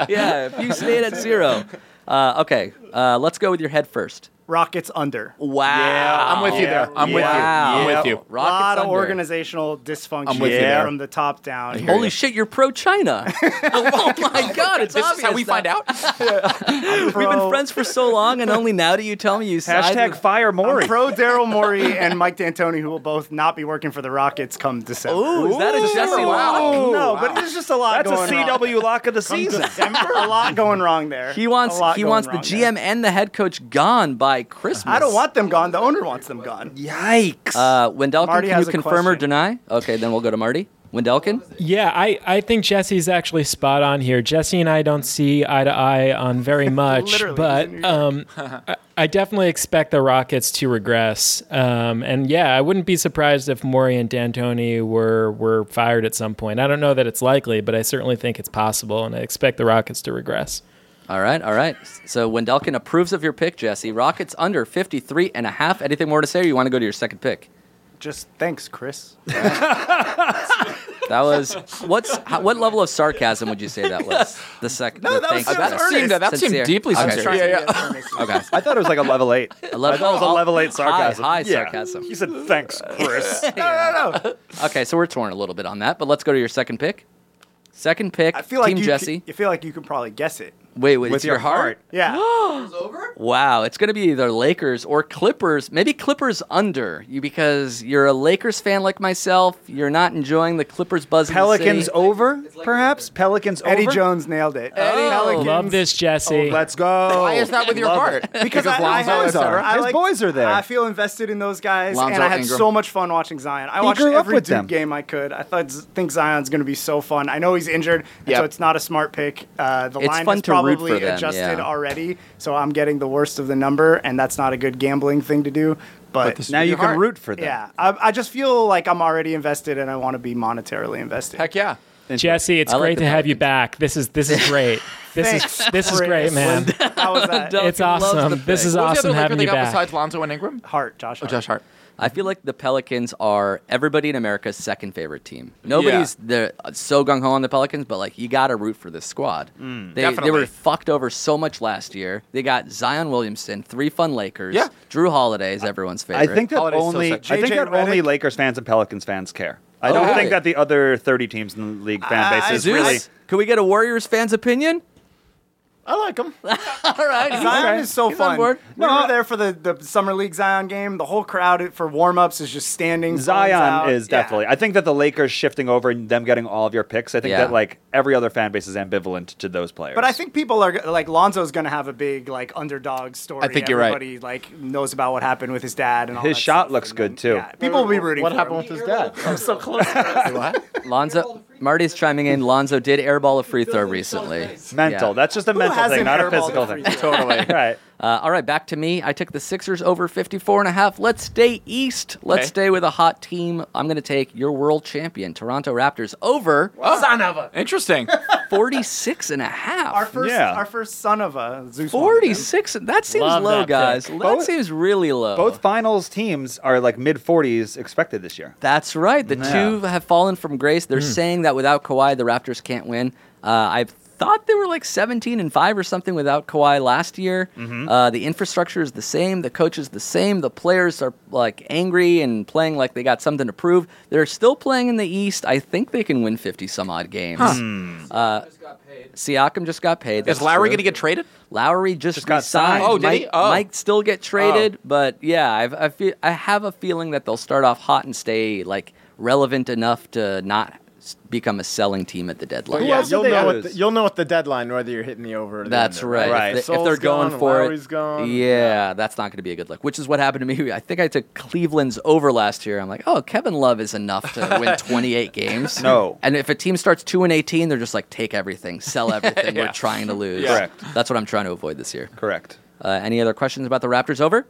[SPEAKER 2] yeah, if you stayed at zero. Uh, okay, uh, let's go with your head first.
[SPEAKER 9] Rockets under. A
[SPEAKER 2] Wow.
[SPEAKER 4] I'm with you
[SPEAKER 9] Yeah.
[SPEAKER 4] there.
[SPEAKER 2] Wow.
[SPEAKER 4] I'm with you. I'm with you.
[SPEAKER 2] Rockets
[SPEAKER 9] lot of
[SPEAKER 2] under.
[SPEAKER 9] organizational dysfunction
[SPEAKER 4] I'm with you there.
[SPEAKER 9] from the top down.
[SPEAKER 2] Holy shit, you're pro China. oh my god, it's
[SPEAKER 4] This
[SPEAKER 2] obvious
[SPEAKER 4] is how we
[SPEAKER 2] now.
[SPEAKER 4] find out.
[SPEAKER 2] We've been friends for so long, and only now do you tell me you side
[SPEAKER 8] Hashtag
[SPEAKER 2] with-
[SPEAKER 8] fire Maury.
[SPEAKER 9] Pro Daryl Morey and Mike D'Antoni, who will both not be working for the Rockets come December.
[SPEAKER 2] Ooh, is that a Jesse Lock?
[SPEAKER 9] No, but there's just a lot
[SPEAKER 8] That's a
[SPEAKER 9] going wrong.
[SPEAKER 8] CW lock of the season.
[SPEAKER 9] a lot going wrong there.
[SPEAKER 2] Oh, He
[SPEAKER 9] A
[SPEAKER 2] wants
[SPEAKER 9] lot
[SPEAKER 2] he
[SPEAKER 9] going
[SPEAKER 2] wants the
[SPEAKER 9] wrong there.
[SPEAKER 2] GM and the head coach gone by Christmas.
[SPEAKER 9] I don't want them gone. The owner wants them gone.
[SPEAKER 8] Yikes.
[SPEAKER 2] Uh, Wendelkin,
[SPEAKER 9] Marty
[SPEAKER 2] can you
[SPEAKER 9] has a
[SPEAKER 2] confirm or
[SPEAKER 9] question.
[SPEAKER 2] deny? Okay, then we'll go to Marty. Wendelkin.
[SPEAKER 6] Yeah, I, I think Jesse's actually spot on here. Jesse and I don't see eye to eye on very much,
[SPEAKER 9] Literally, he's in
[SPEAKER 6] but
[SPEAKER 9] New
[SPEAKER 6] um, I, I definitely expect the Rockets to regress. Um, and yeah, I wouldn't be surprised if Maury and D'Antoni were were fired at some point. I don't know that it's likely, but I certainly think it's possible, and I expect the Rockets to regress.
[SPEAKER 2] All right, all right. So Wendelkin approves of your pick, Jesse. Rockets under 53 and a half. Anything more to say, or you want to go to your second pick?
[SPEAKER 9] Just thanks, Chris.
[SPEAKER 2] That was what's how, what level of sarcasm would you say that was? The second. No,
[SPEAKER 4] that was- that was earnest. That seemed deeply sincere. Yeah,
[SPEAKER 2] Okay.
[SPEAKER 8] I thought it was like a level eight.
[SPEAKER 2] A level-
[SPEAKER 8] I thought it was a
[SPEAKER 2] oh,
[SPEAKER 8] level eight sarcasm.
[SPEAKER 2] High, high
[SPEAKER 8] Yeah.
[SPEAKER 2] sarcasm.
[SPEAKER 8] He said, thanks, Chris.
[SPEAKER 2] Okay, so we're torn a little bit on that, but let's go to your second pick. Second pick,
[SPEAKER 9] I feel like
[SPEAKER 2] Team
[SPEAKER 9] you
[SPEAKER 2] Jesse.
[SPEAKER 9] c- I feel like you can probably guess it.
[SPEAKER 2] wait, wait,
[SPEAKER 8] With
[SPEAKER 2] it's
[SPEAKER 8] your
[SPEAKER 2] your heart?
[SPEAKER 9] Yeah.
[SPEAKER 2] Wow, it's going to be either Lakers or Clippers. Maybe Clippers under you because you're a Lakers fan like myself. You're not enjoying the Clippers buzz. in the
[SPEAKER 8] Pelicans
[SPEAKER 2] city.
[SPEAKER 8] over, perhaps? Pelicans
[SPEAKER 9] Eddie
[SPEAKER 8] over?
[SPEAKER 9] Jones nailed it.
[SPEAKER 2] Oh.
[SPEAKER 6] Love this, Jesse.
[SPEAKER 8] Let's go.
[SPEAKER 4] Why is that with your heart?
[SPEAKER 9] Because I, I
[SPEAKER 8] Lonzo
[SPEAKER 9] had
[SPEAKER 8] is there.
[SPEAKER 9] Zion. I
[SPEAKER 8] His
[SPEAKER 9] like-
[SPEAKER 8] boys are there.
[SPEAKER 9] I feel invested in those guys,
[SPEAKER 4] Lonzo
[SPEAKER 9] and I had
[SPEAKER 4] Ingram.
[SPEAKER 9] so much fun watching Zion. I
[SPEAKER 8] He
[SPEAKER 9] watched
[SPEAKER 8] grew up
[SPEAKER 9] every
[SPEAKER 8] with
[SPEAKER 9] Duke
[SPEAKER 8] them.
[SPEAKER 9] game I could. I thought think Zion's going to be so fun. I know he's injured, and
[SPEAKER 4] Yep.
[SPEAKER 9] so it's not a smart pick. Uh, the
[SPEAKER 2] It's
[SPEAKER 9] line
[SPEAKER 2] fun
[SPEAKER 9] is
[SPEAKER 2] to root
[SPEAKER 9] probably
[SPEAKER 2] for them,
[SPEAKER 9] adjusted
[SPEAKER 2] yeah.
[SPEAKER 9] already, so I'm getting the worst of the number, and that's not a good gambling thing to do. But,
[SPEAKER 8] now you can root for them.
[SPEAKER 9] yeah, I, I just feel like I'm already invested, and I want to be monetarily invested.
[SPEAKER 4] Heck yeah.
[SPEAKER 6] Jesse, it's
[SPEAKER 2] I like
[SPEAKER 6] great
[SPEAKER 2] the
[SPEAKER 6] to have you
[SPEAKER 2] Pelicans.
[SPEAKER 6] back. This is this is great. This is
[SPEAKER 9] Thanks,
[SPEAKER 6] this is
[SPEAKER 9] Chris.
[SPEAKER 6] great, man.
[SPEAKER 9] How was that?
[SPEAKER 2] Don't-
[SPEAKER 6] It's
[SPEAKER 2] He loves the
[SPEAKER 6] awesome. This
[SPEAKER 2] pick.
[SPEAKER 6] is
[SPEAKER 4] Who's the
[SPEAKER 6] awesome
[SPEAKER 4] other Laker
[SPEAKER 6] having
[SPEAKER 4] they
[SPEAKER 6] you
[SPEAKER 4] got
[SPEAKER 6] back.
[SPEAKER 4] besides Lonzo and Ingram?
[SPEAKER 9] Hart, Josh.
[SPEAKER 8] Oh,
[SPEAKER 9] Hart.
[SPEAKER 4] Josh Hart.
[SPEAKER 2] I feel like the Pelicans are everybody in America's second favorite team. Nobody's they're so gung ho on the Pelicans, but like you got to root for this squad. they they
[SPEAKER 4] definitely.
[SPEAKER 2] were fucked over so much last year. They got Zion Williamson, three fun Lakers.
[SPEAKER 4] Yeah.
[SPEAKER 2] Drew Holiday is everyone's
[SPEAKER 8] I
[SPEAKER 2] favorite.
[SPEAKER 8] think that
[SPEAKER 4] Holiday's so
[SPEAKER 8] only I
[SPEAKER 4] sick.
[SPEAKER 8] think
[SPEAKER 9] JJ
[SPEAKER 8] that only
[SPEAKER 9] Redick?
[SPEAKER 8] Lakers fans and Pelicans fans care. I don't
[SPEAKER 2] Okay.
[SPEAKER 8] think that the other 30 teams in the league fan base is
[SPEAKER 2] Zeus,
[SPEAKER 8] really.
[SPEAKER 2] Can we get a Warriors fan's opinion?
[SPEAKER 7] I like him.
[SPEAKER 2] All right,
[SPEAKER 9] Zion is so
[SPEAKER 2] He's on
[SPEAKER 9] fun.
[SPEAKER 2] board.
[SPEAKER 9] We were there for the, the summer league Zion game. The whole crowd for warm ups is just standing. phones out.
[SPEAKER 8] Zion is
[SPEAKER 9] Yeah.
[SPEAKER 8] definitely. I think that the Lakers shifting over and them getting all of your picks. I think
[SPEAKER 2] Yeah.
[SPEAKER 8] that like every other fan base is ambivalent to those players.
[SPEAKER 9] But I think people are like Lonzo's going to have a big like underdog story.
[SPEAKER 4] I think you're right.
[SPEAKER 9] Everybody, like knows about what happened with his dad and all
[SPEAKER 8] His
[SPEAKER 9] that
[SPEAKER 8] shot
[SPEAKER 9] stuff.
[SPEAKER 8] looks
[SPEAKER 9] And
[SPEAKER 8] good,
[SPEAKER 9] then,
[SPEAKER 8] too.
[SPEAKER 9] yeah, people will be rooting.
[SPEAKER 7] What
[SPEAKER 9] for
[SPEAKER 7] happened
[SPEAKER 9] him.
[SPEAKER 7] with his dad?
[SPEAKER 9] I'm so close.
[SPEAKER 2] Lonzo, Marty's chiming in. Lonzo did airball a free throw recently.
[SPEAKER 8] mental.
[SPEAKER 2] Yeah.
[SPEAKER 8] That's just a
[SPEAKER 9] Who
[SPEAKER 8] mental
[SPEAKER 9] hasn't
[SPEAKER 8] thing, not a
[SPEAKER 9] airballed
[SPEAKER 8] physical
[SPEAKER 9] a
[SPEAKER 8] thing.
[SPEAKER 9] free throw?
[SPEAKER 8] Totally right.
[SPEAKER 2] Uh, all right, back to me. I took the Sixers over 54 and a half. Let's stay east. Let's
[SPEAKER 4] Okay.
[SPEAKER 2] stay with a hot team. I'm going to take your world champion, Toronto Raptors, over
[SPEAKER 4] Interesting.
[SPEAKER 2] 46 and a half.
[SPEAKER 9] Our first,
[SPEAKER 8] Yeah.
[SPEAKER 9] our first son of a Zeus. wanted him.
[SPEAKER 2] 46. That seems
[SPEAKER 6] Love
[SPEAKER 2] low,
[SPEAKER 6] that
[SPEAKER 2] guys. That
[SPEAKER 8] Both-
[SPEAKER 2] seems really low.
[SPEAKER 8] Both finals teams are like mid 40s expected this year.
[SPEAKER 2] That's right. The
[SPEAKER 8] Yeah.
[SPEAKER 2] two have fallen from grace. They're saying that without Kawhi, the Raptors can't win. Uh, I thought they were like 17 and 5 or something without Kawhi last year. Uh, the infrastructure is the same. The coach is the same. The players are like angry and playing like they got something to prove. They're still playing in the East. I think they can win 50 some odd games. Uh, Siakam just got paid.
[SPEAKER 4] Is
[SPEAKER 2] That's true.
[SPEAKER 4] Lowry going to get traded?
[SPEAKER 2] Lowry just,
[SPEAKER 8] got
[SPEAKER 2] resigned.
[SPEAKER 8] signed.
[SPEAKER 4] Oh, did
[SPEAKER 2] might,
[SPEAKER 4] he? Oh.
[SPEAKER 2] might still get traded, but yeah, I've, I feel I have a feeling that they'll start off hot and stay like relevant enough to not s- become a selling team at the deadline.
[SPEAKER 8] Who Yeah. else did
[SPEAKER 7] you'll
[SPEAKER 8] they
[SPEAKER 7] know at
[SPEAKER 8] lose?
[SPEAKER 7] the, you'll know at the deadline whether you're hitting the over. Or the
[SPEAKER 2] That's
[SPEAKER 7] under,
[SPEAKER 2] right.
[SPEAKER 8] Right.
[SPEAKER 2] If, they,
[SPEAKER 7] Sol's
[SPEAKER 2] are going
[SPEAKER 7] gone,
[SPEAKER 2] for
[SPEAKER 7] Lowry's
[SPEAKER 2] it,
[SPEAKER 7] gone.
[SPEAKER 2] Yeah, that's not going to be a good look. Which is what happened to me. I think I took Cleveland's over last year. I'm like, oh, Kevin Love is enough to win 28 games.
[SPEAKER 8] No.
[SPEAKER 2] and if a team starts two and 18, they're just like, take everything, sell everything. We're trying to lose.
[SPEAKER 8] Correct.
[SPEAKER 2] That's what I'm trying to avoid this year.
[SPEAKER 8] Correct.
[SPEAKER 2] Uh, any other questions about the Raptors? Over.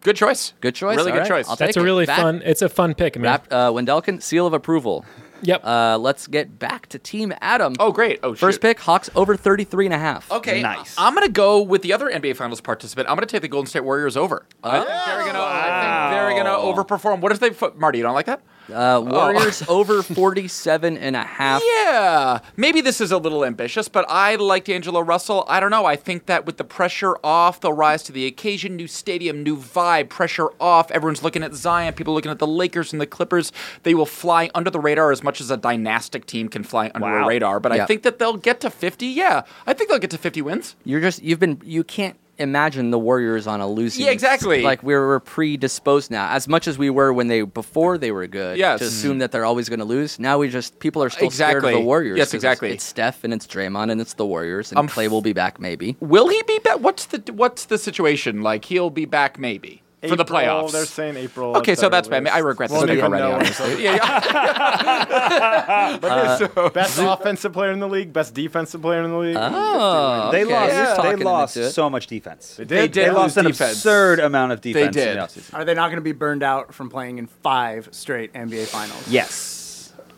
[SPEAKER 4] Good choice.
[SPEAKER 2] Good choice.
[SPEAKER 4] Really
[SPEAKER 2] All
[SPEAKER 4] good
[SPEAKER 2] right.
[SPEAKER 4] choice.
[SPEAKER 2] I'll
[SPEAKER 6] That's
[SPEAKER 2] take
[SPEAKER 6] a
[SPEAKER 2] it.
[SPEAKER 6] really
[SPEAKER 2] Back-
[SPEAKER 6] fun. It's a fun pick, man.
[SPEAKER 2] Rap, uh, Wendelkin, seal of approval.
[SPEAKER 6] Yep.
[SPEAKER 2] Uh, let's get back to Team Adam.
[SPEAKER 4] Oh, great. Oh,
[SPEAKER 2] First
[SPEAKER 4] shoot. Oh,
[SPEAKER 2] pick, Hawks over 33 and a half.
[SPEAKER 4] Okay.
[SPEAKER 8] Nice.
[SPEAKER 4] I'm going to go with the other NBA Finals participant. I'm going to take the Golden State Warriors over. I think they're going to. I they're going to overperform. What if they fo- Marty, you don't like that?
[SPEAKER 2] Uh, Warriors over 47 and a half.
[SPEAKER 4] Oh. Yeah, maybe this is a little ambitious, but I liked Angelo Russell. I don't know. I think that with the pressure off, they'll rise to the occasion. New stadium, new vibe, pressure off. Everyone's looking at Zion, people looking at the Lakers and the Clippers. They will fly under the radar as much as a dynastic team can fly under a radar. But
[SPEAKER 2] Yeah.
[SPEAKER 4] I think that they'll get to 50. Yeah, I think they'll get to 50 wins.
[SPEAKER 2] You're just you've been you can't imagine the Warriors on a losing.
[SPEAKER 4] Yeah, exactly.
[SPEAKER 2] Like we're, we're predisposed now, as much as we were when they before they were good.
[SPEAKER 4] Yes. Mm-hmm.
[SPEAKER 2] to assume that they're always going to lose. Now we just people are still scared of
[SPEAKER 4] Exactly.
[SPEAKER 2] the Warriors.
[SPEAKER 4] Yes,
[SPEAKER 2] 'cause it's-
[SPEAKER 4] exactly.
[SPEAKER 2] It's, Steph and it's Draymond and it's the Warriors and
[SPEAKER 4] Um,
[SPEAKER 2] Clay will be back maybe.
[SPEAKER 4] Will he be back? What's the what's the situation? Like he'll be back maybe for the
[SPEAKER 7] April,
[SPEAKER 4] playoffs.
[SPEAKER 7] They're saying April.
[SPEAKER 4] Okay,
[SPEAKER 7] at
[SPEAKER 4] so
[SPEAKER 7] the
[SPEAKER 4] that's bad. I mean,
[SPEAKER 7] earliest.
[SPEAKER 4] I regret this
[SPEAKER 7] Won't
[SPEAKER 4] pick
[SPEAKER 7] even
[SPEAKER 4] already,
[SPEAKER 7] know
[SPEAKER 4] honestly. yeah, yeah.
[SPEAKER 8] uh,
[SPEAKER 7] Best offensive player in the league, best defensive player in the league.
[SPEAKER 2] Oh,
[SPEAKER 8] They
[SPEAKER 2] okay.
[SPEAKER 8] lost.
[SPEAKER 2] You're talking
[SPEAKER 8] They
[SPEAKER 2] them
[SPEAKER 8] lost
[SPEAKER 2] into it.
[SPEAKER 8] so much defense. They,
[SPEAKER 7] did. They did
[SPEAKER 8] lost an
[SPEAKER 4] lose defense.
[SPEAKER 8] absurd amount of defense.
[SPEAKER 4] did.
[SPEAKER 8] In the offseason.
[SPEAKER 9] Are they not going to be burned out from playing in five straight NBA finals?
[SPEAKER 8] yes.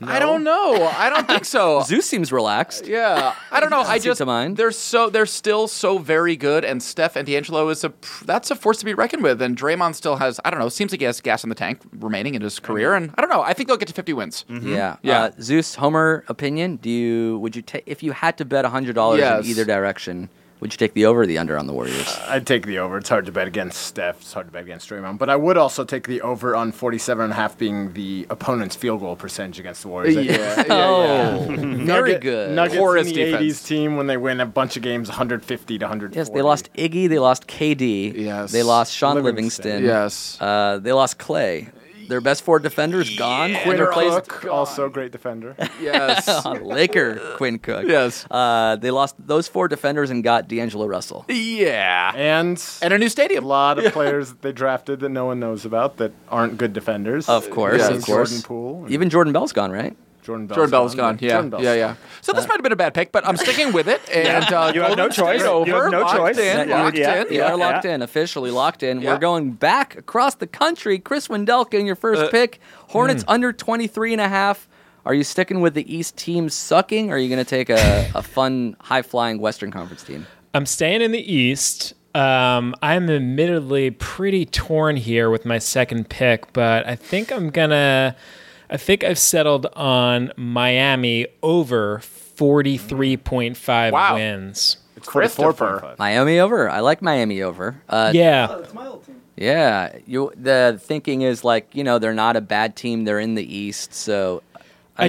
[SPEAKER 4] I don't know. I don't think so.
[SPEAKER 2] Zeus seems relaxed.
[SPEAKER 4] Yeah, I don't know. I
[SPEAKER 2] Seems
[SPEAKER 4] just
[SPEAKER 2] to mind.
[SPEAKER 4] they're so they're still so very good, and Steph and D'Angelo is a pr- that's a force to be reckoned with, and Draymond still has I don't know. Seems like he has gas in the tank remaining in
[SPEAKER 7] Mm-hmm.
[SPEAKER 4] his career, and I don't know. I think they'll get to fifty wins.
[SPEAKER 2] Yeah,
[SPEAKER 4] Mm-hmm. Yeah.
[SPEAKER 2] Uh, Zeus Homer opinion. Do you would you take if you had to bet hundred dollars
[SPEAKER 4] Yes.
[SPEAKER 2] in either direction? Would you take the over or the under on the Warriors?
[SPEAKER 7] I'd take the over. It's hard to bet against Steph. It's hard to bet against Draymond. But I would also take the over on 47 and a half being the opponent's field goal percentage against the Warriors. I think it's
[SPEAKER 2] oh, very
[SPEAKER 7] Nugget-
[SPEAKER 2] good.
[SPEAKER 7] Nuggets
[SPEAKER 4] Porous
[SPEAKER 7] in the
[SPEAKER 4] defense.
[SPEAKER 7] 80s team when they win a bunch of games 150 to 140.
[SPEAKER 2] Yes, they lost Iggy. They lost KD.
[SPEAKER 4] Yes.
[SPEAKER 2] They lost Sean Livingston.
[SPEAKER 7] Livingston.
[SPEAKER 4] Yes.
[SPEAKER 2] Uh, they lost Clay. Their best four defenders gone. Quinn replaced
[SPEAKER 7] Cook, also great defender.
[SPEAKER 4] Yes.
[SPEAKER 2] Laker Quinn Cook.
[SPEAKER 4] Yes.
[SPEAKER 2] Uh, they lost those four defenders and got D'Angelo Russell.
[SPEAKER 4] yeah.
[SPEAKER 7] And
[SPEAKER 4] And a new
[SPEAKER 7] a
[SPEAKER 4] stadium.
[SPEAKER 7] lot of players they drafted that no one knows about that aren't good defenders.
[SPEAKER 2] Of course,
[SPEAKER 4] Yes.
[SPEAKER 2] of course.
[SPEAKER 7] Jordan Poole. and
[SPEAKER 2] Even Jordan Bell's gone, right?
[SPEAKER 7] Jordan Bell's
[SPEAKER 4] Jordan Bell's gone. Yeah.
[SPEAKER 7] Jordan Bell's
[SPEAKER 4] yeah. Yeah. So this might have been a bad pick, but I'm sticking with it. And uh,
[SPEAKER 8] You have no
[SPEAKER 4] Golden State
[SPEAKER 8] choice. You
[SPEAKER 4] Over,
[SPEAKER 8] have no
[SPEAKER 4] locked
[SPEAKER 8] choice.
[SPEAKER 4] In,
[SPEAKER 8] Yeah,
[SPEAKER 4] locked
[SPEAKER 8] yeah,
[SPEAKER 4] in.
[SPEAKER 2] You
[SPEAKER 8] yeah.
[SPEAKER 2] are locked in, officially locked in.
[SPEAKER 4] Yeah.
[SPEAKER 2] We're going back across the country. Chris Wendelkin, your first
[SPEAKER 4] Uh,
[SPEAKER 2] pick. Hornets
[SPEAKER 8] hmm.
[SPEAKER 2] under 23 and a half. Are you sticking with the East team sucking, or are you going to take a, a fun, high flying Western Conference team?
[SPEAKER 6] I'm staying in the East. Um, I'm admittedly pretty torn here with my second pick, but I think I'm gonna. I think I've settled on Miami over 43.5
[SPEAKER 4] Wow.
[SPEAKER 6] wins.
[SPEAKER 7] It's 44.5.
[SPEAKER 2] Miami over. I like Miami over. Uh,
[SPEAKER 6] Yeah,
[SPEAKER 2] yeah. You. The thinking is like you know they're not a bad team. They're in the East, so I,
[SPEAKER 6] I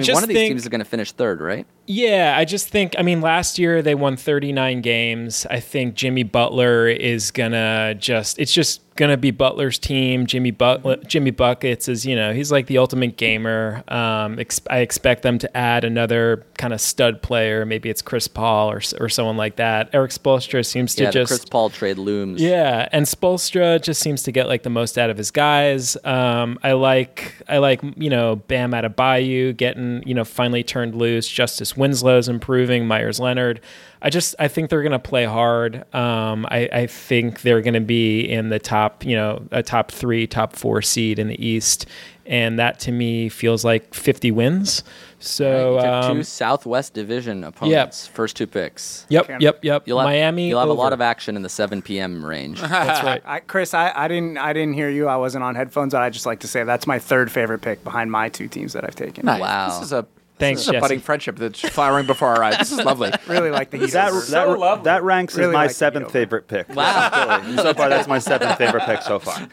[SPEAKER 2] mean, one
[SPEAKER 6] just
[SPEAKER 2] of these
[SPEAKER 6] think-
[SPEAKER 2] teams is going to finish third, right?
[SPEAKER 6] Yeah, I just think I mean last year they won 39 games. I think Jimmy Butler is gonna just it's just gonna be Butler's team. Jimmy Butler, Jimmy buckets is you know he's like the ultimate gamer. Um, ex- I expect them to add another kind of stud player. Maybe it's Chris Paul or s- or someone like that. Eric Spoelstra seems to
[SPEAKER 2] yeah.
[SPEAKER 6] just
[SPEAKER 2] the Chris Paul trade looms.
[SPEAKER 6] yeah, and Spolstra just seems to get like the most out of his guys. Um, I like I like you know Bam out of Bayou getting you know finally turned loose. Justice Winslow's improving. Myers Leonard. I just I think they're gonna play hard. Um, I, I think they're gonna be in the top you know a top three, top four seed in the East, and that to me feels like 50 wins. So
[SPEAKER 2] You took
[SPEAKER 6] um,
[SPEAKER 2] two Southwest Division opponents. First two picks.
[SPEAKER 6] yep, yep, yep.
[SPEAKER 2] You'll have,
[SPEAKER 6] Miami.
[SPEAKER 2] You'll have a lot
[SPEAKER 6] over.
[SPEAKER 2] of action in the 7 p.m. range.
[SPEAKER 6] That's right.
[SPEAKER 9] I, Chris, I, I didn't I didn't hear you. I wasn't on headphones. I just like to say that's my third favorite pick behind my two teams that I've taken.
[SPEAKER 4] Nice.
[SPEAKER 2] Wow.
[SPEAKER 4] This is a
[SPEAKER 6] Thanks,
[SPEAKER 4] this is a
[SPEAKER 6] Jesse.
[SPEAKER 4] budding friendship that's flowering before our eyes. This is lovely.
[SPEAKER 9] Really like the Heat.
[SPEAKER 8] That,
[SPEAKER 9] over.
[SPEAKER 8] that, that ranks
[SPEAKER 9] Really
[SPEAKER 8] as my
[SPEAKER 9] like the
[SPEAKER 8] seventh
[SPEAKER 9] over.
[SPEAKER 8] favorite pick. Wow. so far, that's my seventh favorite pick so far.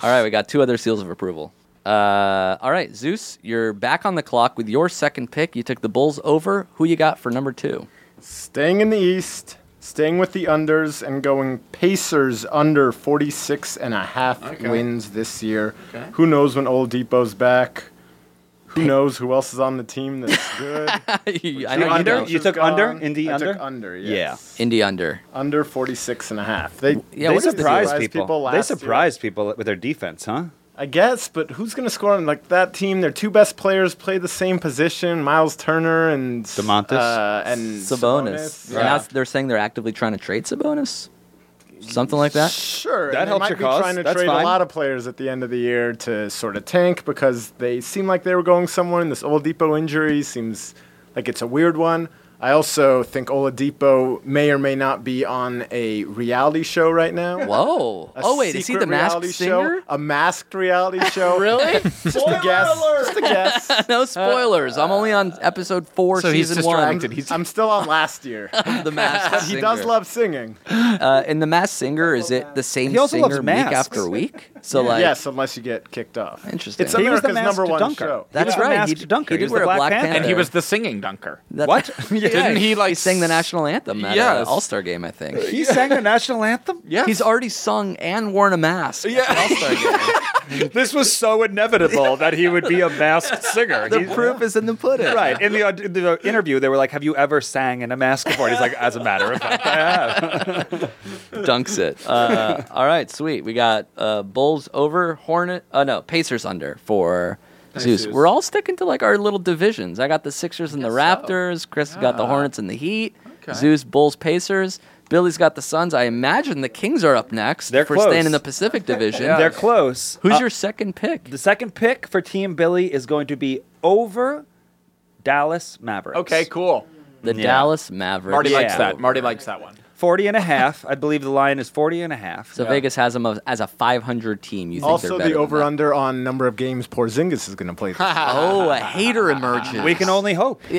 [SPEAKER 2] all right, we got two other seals of approval. Uh, all right, Zeus, you're back on the clock with your second pick. You took the Bulls over. Who you got for number two?
[SPEAKER 7] Staying in the East, staying with the unders, and going Pacers under 46 and a half wins this year. Who knows when Old Depot's back? Who knows who else is on the team that's good?
[SPEAKER 2] I
[SPEAKER 7] The
[SPEAKER 2] know you
[SPEAKER 8] under?
[SPEAKER 2] don't.
[SPEAKER 7] Pacers
[SPEAKER 8] You took
[SPEAKER 7] gone.
[SPEAKER 8] under? Indy
[SPEAKER 7] I
[SPEAKER 8] under?
[SPEAKER 7] Took under,
[SPEAKER 8] Yeah.
[SPEAKER 7] yes.
[SPEAKER 2] Indy under.
[SPEAKER 7] Under 46 and a half. They,
[SPEAKER 8] they
[SPEAKER 2] Yeah, what is the
[SPEAKER 8] surprised
[SPEAKER 7] surprise
[SPEAKER 8] people.
[SPEAKER 7] people
[SPEAKER 8] they
[SPEAKER 7] last year?
[SPEAKER 8] surprised people with their defense, huh?
[SPEAKER 7] I guess, but who's going to score on like that team? Their two best players play the same position: Miles Turner and
[SPEAKER 8] DeMontis?
[SPEAKER 7] uh, and
[SPEAKER 2] Sabonis.
[SPEAKER 7] Sabonis.
[SPEAKER 2] And that's, they're saying they're actively trying to trade Sabonis? Something like that?
[SPEAKER 7] Sure,
[SPEAKER 8] That
[SPEAKER 7] and
[SPEAKER 8] helps
[SPEAKER 7] they might
[SPEAKER 8] your
[SPEAKER 7] be
[SPEAKER 8] cause.
[SPEAKER 7] Trying to
[SPEAKER 8] That's
[SPEAKER 7] trade
[SPEAKER 8] fine.
[SPEAKER 7] a lot of players at the end of the year to sort of tank because they seem like they were going somewhere. And this Old Depot injury seems like it's a weird one. I also think Oladipo may or may not be on a reality show right now.
[SPEAKER 2] Whoa.
[SPEAKER 7] A
[SPEAKER 2] oh, wait, is he
[SPEAKER 7] secret
[SPEAKER 2] the masked
[SPEAKER 7] reality
[SPEAKER 2] singer?
[SPEAKER 7] Show, a masked reality show.
[SPEAKER 2] Really?
[SPEAKER 7] Just a guess. Just a guess.
[SPEAKER 2] no spoilers. I'm only on episode four,
[SPEAKER 4] So he's
[SPEAKER 2] season one.
[SPEAKER 4] distracted. He's-
[SPEAKER 7] I'm still on last year.
[SPEAKER 2] of The Masked
[SPEAKER 7] he
[SPEAKER 2] Singer.
[SPEAKER 7] does love singing.
[SPEAKER 2] Uh, and The Masked Singer, is it the same
[SPEAKER 10] He also
[SPEAKER 2] singer
[SPEAKER 10] loves
[SPEAKER 2] week
[SPEAKER 10] masks.
[SPEAKER 2] after week? So, like,
[SPEAKER 7] yes, unless you get kicked off.
[SPEAKER 2] Interesting.
[SPEAKER 7] It's
[SPEAKER 2] He
[SPEAKER 10] was the
[SPEAKER 7] America's number
[SPEAKER 10] masked
[SPEAKER 7] one
[SPEAKER 10] dunker.
[SPEAKER 7] show.
[SPEAKER 10] That-
[SPEAKER 2] that's
[SPEAKER 10] He was a
[SPEAKER 2] right.
[SPEAKER 10] masked
[SPEAKER 2] he, he
[SPEAKER 10] dunker. He
[SPEAKER 2] did
[SPEAKER 10] was
[SPEAKER 2] wear
[SPEAKER 10] the
[SPEAKER 2] a
[SPEAKER 10] Black
[SPEAKER 2] Black
[SPEAKER 10] Panther.
[SPEAKER 2] Panther.
[SPEAKER 4] and he was the singing dunker.
[SPEAKER 2] That's-
[SPEAKER 10] What?
[SPEAKER 2] Yeah,
[SPEAKER 4] Didn't he, like,
[SPEAKER 2] he sang the
[SPEAKER 4] s-
[SPEAKER 2] national anthem at
[SPEAKER 4] Yes.
[SPEAKER 2] All Star game? I think.
[SPEAKER 10] He sang the national anthem.
[SPEAKER 4] Yes.
[SPEAKER 2] He's already sung and worn a mask. at
[SPEAKER 4] Yeah.
[SPEAKER 2] the All-Star game.
[SPEAKER 10] This was so inevitable that he would be a masked singer.
[SPEAKER 2] the
[SPEAKER 10] He's-
[SPEAKER 2] proof is in the pudding.
[SPEAKER 10] Right. In the, aud- in the interview, they were like, Have you ever sang in a mask before? And he's like, As a matter of fact, I have.
[SPEAKER 2] Dunks it. Uh, all right, sweet. We got uh, Bulls over Hornet. Uh, no, Pacers under for Zeus.
[SPEAKER 7] Zeus.
[SPEAKER 2] We're all sticking to like our little divisions. I got the Sixers and the Raptors. Chris got the Hornets and the Heat. Zeus, Bulls, Pacers. Billy's got the Suns. I imagine the Kings are up next
[SPEAKER 10] They're
[SPEAKER 2] for
[SPEAKER 10] close.
[SPEAKER 2] staying in the Pacific Division.
[SPEAKER 10] They're close.
[SPEAKER 2] Who's
[SPEAKER 10] Uh,
[SPEAKER 2] your second pick?
[SPEAKER 10] The second pick for Team Billy is going to be over Dallas Mavericks.
[SPEAKER 4] Okay, cool.
[SPEAKER 2] The Dallas Mavericks.
[SPEAKER 4] Marty likes
[SPEAKER 10] Yeah.
[SPEAKER 4] that. Marty likes that one.
[SPEAKER 10] 40 and a half. I believe the line is 40 and a half.
[SPEAKER 2] So Vegas has them as- as a 500 team. You think
[SPEAKER 7] Also,
[SPEAKER 2] they're better
[SPEAKER 7] the
[SPEAKER 2] than
[SPEAKER 7] over
[SPEAKER 2] that.
[SPEAKER 7] under on number of games Porzingis is going to play. This. year.
[SPEAKER 2] Oh, a hater emerges.
[SPEAKER 10] We can only hope. We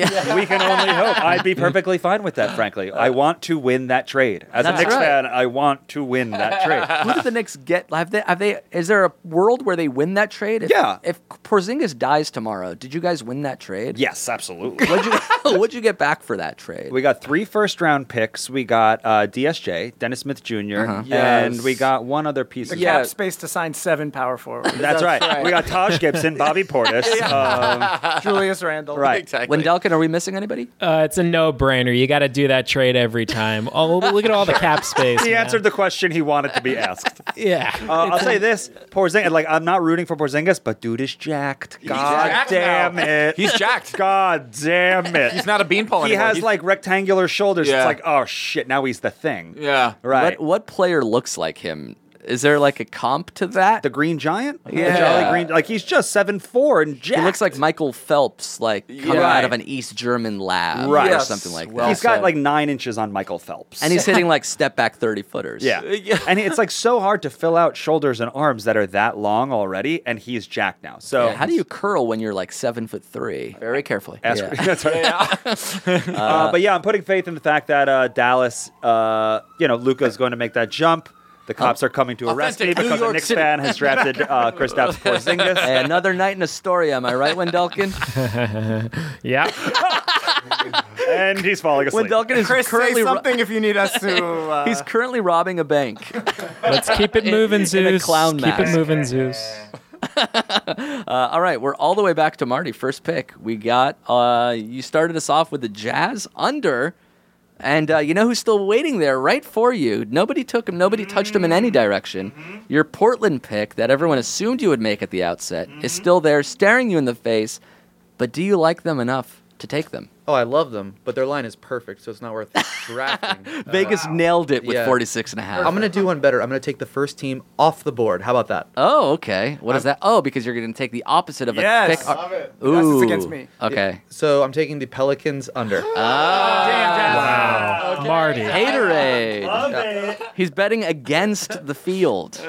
[SPEAKER 10] can only hope. I'd be perfectly fine with that, frankly.
[SPEAKER 4] Uh,
[SPEAKER 10] I want to win that trade. As a
[SPEAKER 2] That's
[SPEAKER 10] Knicks
[SPEAKER 2] right.
[SPEAKER 10] fan, I want to win that trade.
[SPEAKER 2] Who did the Knicks get? Have they? Have they? Is there a world where they win that trade? If,
[SPEAKER 10] Yeah.
[SPEAKER 2] If Porzingis dies tomorrow, did you guys win that trade?
[SPEAKER 10] Yes, absolutely.
[SPEAKER 2] What'd you, what'd you get back for that trade?
[SPEAKER 10] We got three first round picks. We got uh, DSJ, Dennis Smith junior and
[SPEAKER 4] Uh-huh. Yes.
[SPEAKER 10] we got one other piece.
[SPEAKER 9] The
[SPEAKER 10] Of
[SPEAKER 4] Yeah.
[SPEAKER 9] cap space to sign seven power forwards.
[SPEAKER 10] That's, right. We got Taj Gibson, Bobby Portis. um,
[SPEAKER 9] Julius Randle.
[SPEAKER 10] right.
[SPEAKER 4] Exactly.
[SPEAKER 2] Wendelkin, are we missing anybody?
[SPEAKER 6] Uh, it's a no-brainer. You got to do that trade every time. Oh, look at all the cap space.
[SPEAKER 10] He
[SPEAKER 6] man.
[SPEAKER 10] answered the question he wanted to be asked. Uh,
[SPEAKER 6] Yeah.
[SPEAKER 10] I'll say this: Porzingis. Like, I'm not rooting for Porzingis, but dude is jacked. God
[SPEAKER 4] jacked
[SPEAKER 10] damn
[SPEAKER 4] now.
[SPEAKER 10] it.
[SPEAKER 4] He's jacked.
[SPEAKER 10] God damn it.
[SPEAKER 4] He's not a beanpole
[SPEAKER 10] He
[SPEAKER 4] anymore.
[SPEAKER 10] has
[SPEAKER 4] He's-
[SPEAKER 10] like rectangular shoulders.
[SPEAKER 4] Yeah.
[SPEAKER 10] It's like, oh shit, now he's the thing.
[SPEAKER 4] Yeah.
[SPEAKER 10] Right.
[SPEAKER 2] What what player looks like him? Is there like a comp to that?
[SPEAKER 10] the Green Giant? The
[SPEAKER 2] Yeah.
[SPEAKER 10] Jolly Green. Like he's just seven four and jacked.
[SPEAKER 2] he looks like Michael Phelps, like coming
[SPEAKER 10] Yeah.
[SPEAKER 2] out of an East German lab
[SPEAKER 10] Right.
[SPEAKER 2] or
[SPEAKER 10] Yes.
[SPEAKER 2] something like that.
[SPEAKER 10] He's got
[SPEAKER 2] So-
[SPEAKER 10] like nine inches on Michael Phelps.
[SPEAKER 2] and he's hitting like step back thirty footers.
[SPEAKER 10] yeah. and it's like so hard to fill out shoulders and arms that are that long already, and he's jacked now. So
[SPEAKER 2] Yeah, How do you curl when you're like seven foot three? Very carefully.
[SPEAKER 10] ask
[SPEAKER 2] Yeah.
[SPEAKER 10] that's right. uh, but yeah, I'm putting faith in the fact that uh, Dallas, uh, you know, Luca's going to make that jump. The cops are coming to arrest me
[SPEAKER 4] Authentic New
[SPEAKER 10] because a
[SPEAKER 4] York
[SPEAKER 10] Knicks
[SPEAKER 4] City.
[SPEAKER 10] fan has drafted uh, Kristaps Porzingis.
[SPEAKER 2] Hey, another night in Astoria. Am I right, Wendelkin?
[SPEAKER 6] yeah.
[SPEAKER 10] and he's falling asleep.
[SPEAKER 2] Wendelkin is
[SPEAKER 9] Chris,
[SPEAKER 2] currently
[SPEAKER 9] say
[SPEAKER 2] ru-
[SPEAKER 9] something if you need us to. Uh,
[SPEAKER 2] He's currently robbing a bank.
[SPEAKER 6] Let's keep it moving, Zeus.
[SPEAKER 2] in a clown
[SPEAKER 6] keep
[SPEAKER 2] mask.
[SPEAKER 6] it moving, Zeus.
[SPEAKER 2] Uh, all right, we're all the way back to Marty. First pick. We got, uh, you started us off with the Jazz under. And uh, you know who's still waiting there right for you? Nobody took him, nobody touched him in
[SPEAKER 9] Mm-hmm.
[SPEAKER 2] any direction. Your Portland pick that everyone assumed you would make at the outset
[SPEAKER 9] Mm-hmm.
[SPEAKER 2] is still there, staring you in the face. But do you like them enough to take them?
[SPEAKER 5] Oh, I love them, but their line is perfect, so it's not worth drafting.
[SPEAKER 9] Uh,
[SPEAKER 2] Vegas nailed it with
[SPEAKER 5] Yeah.
[SPEAKER 2] 46 and a half.
[SPEAKER 5] I'm gonna do one better. I'm gonna take the first team off the board. How about that?
[SPEAKER 2] Oh, okay. What is that? Oh, because you're going to take the opposite of a
[SPEAKER 9] Yes.
[SPEAKER 2] pick.
[SPEAKER 9] Love it.
[SPEAKER 2] Ooh.
[SPEAKER 9] Yes, it's against me.
[SPEAKER 2] Okay.
[SPEAKER 5] So I'm taking the Pelicans under.
[SPEAKER 6] Marty.
[SPEAKER 5] Uh,
[SPEAKER 2] Haterade. He's betting against the field.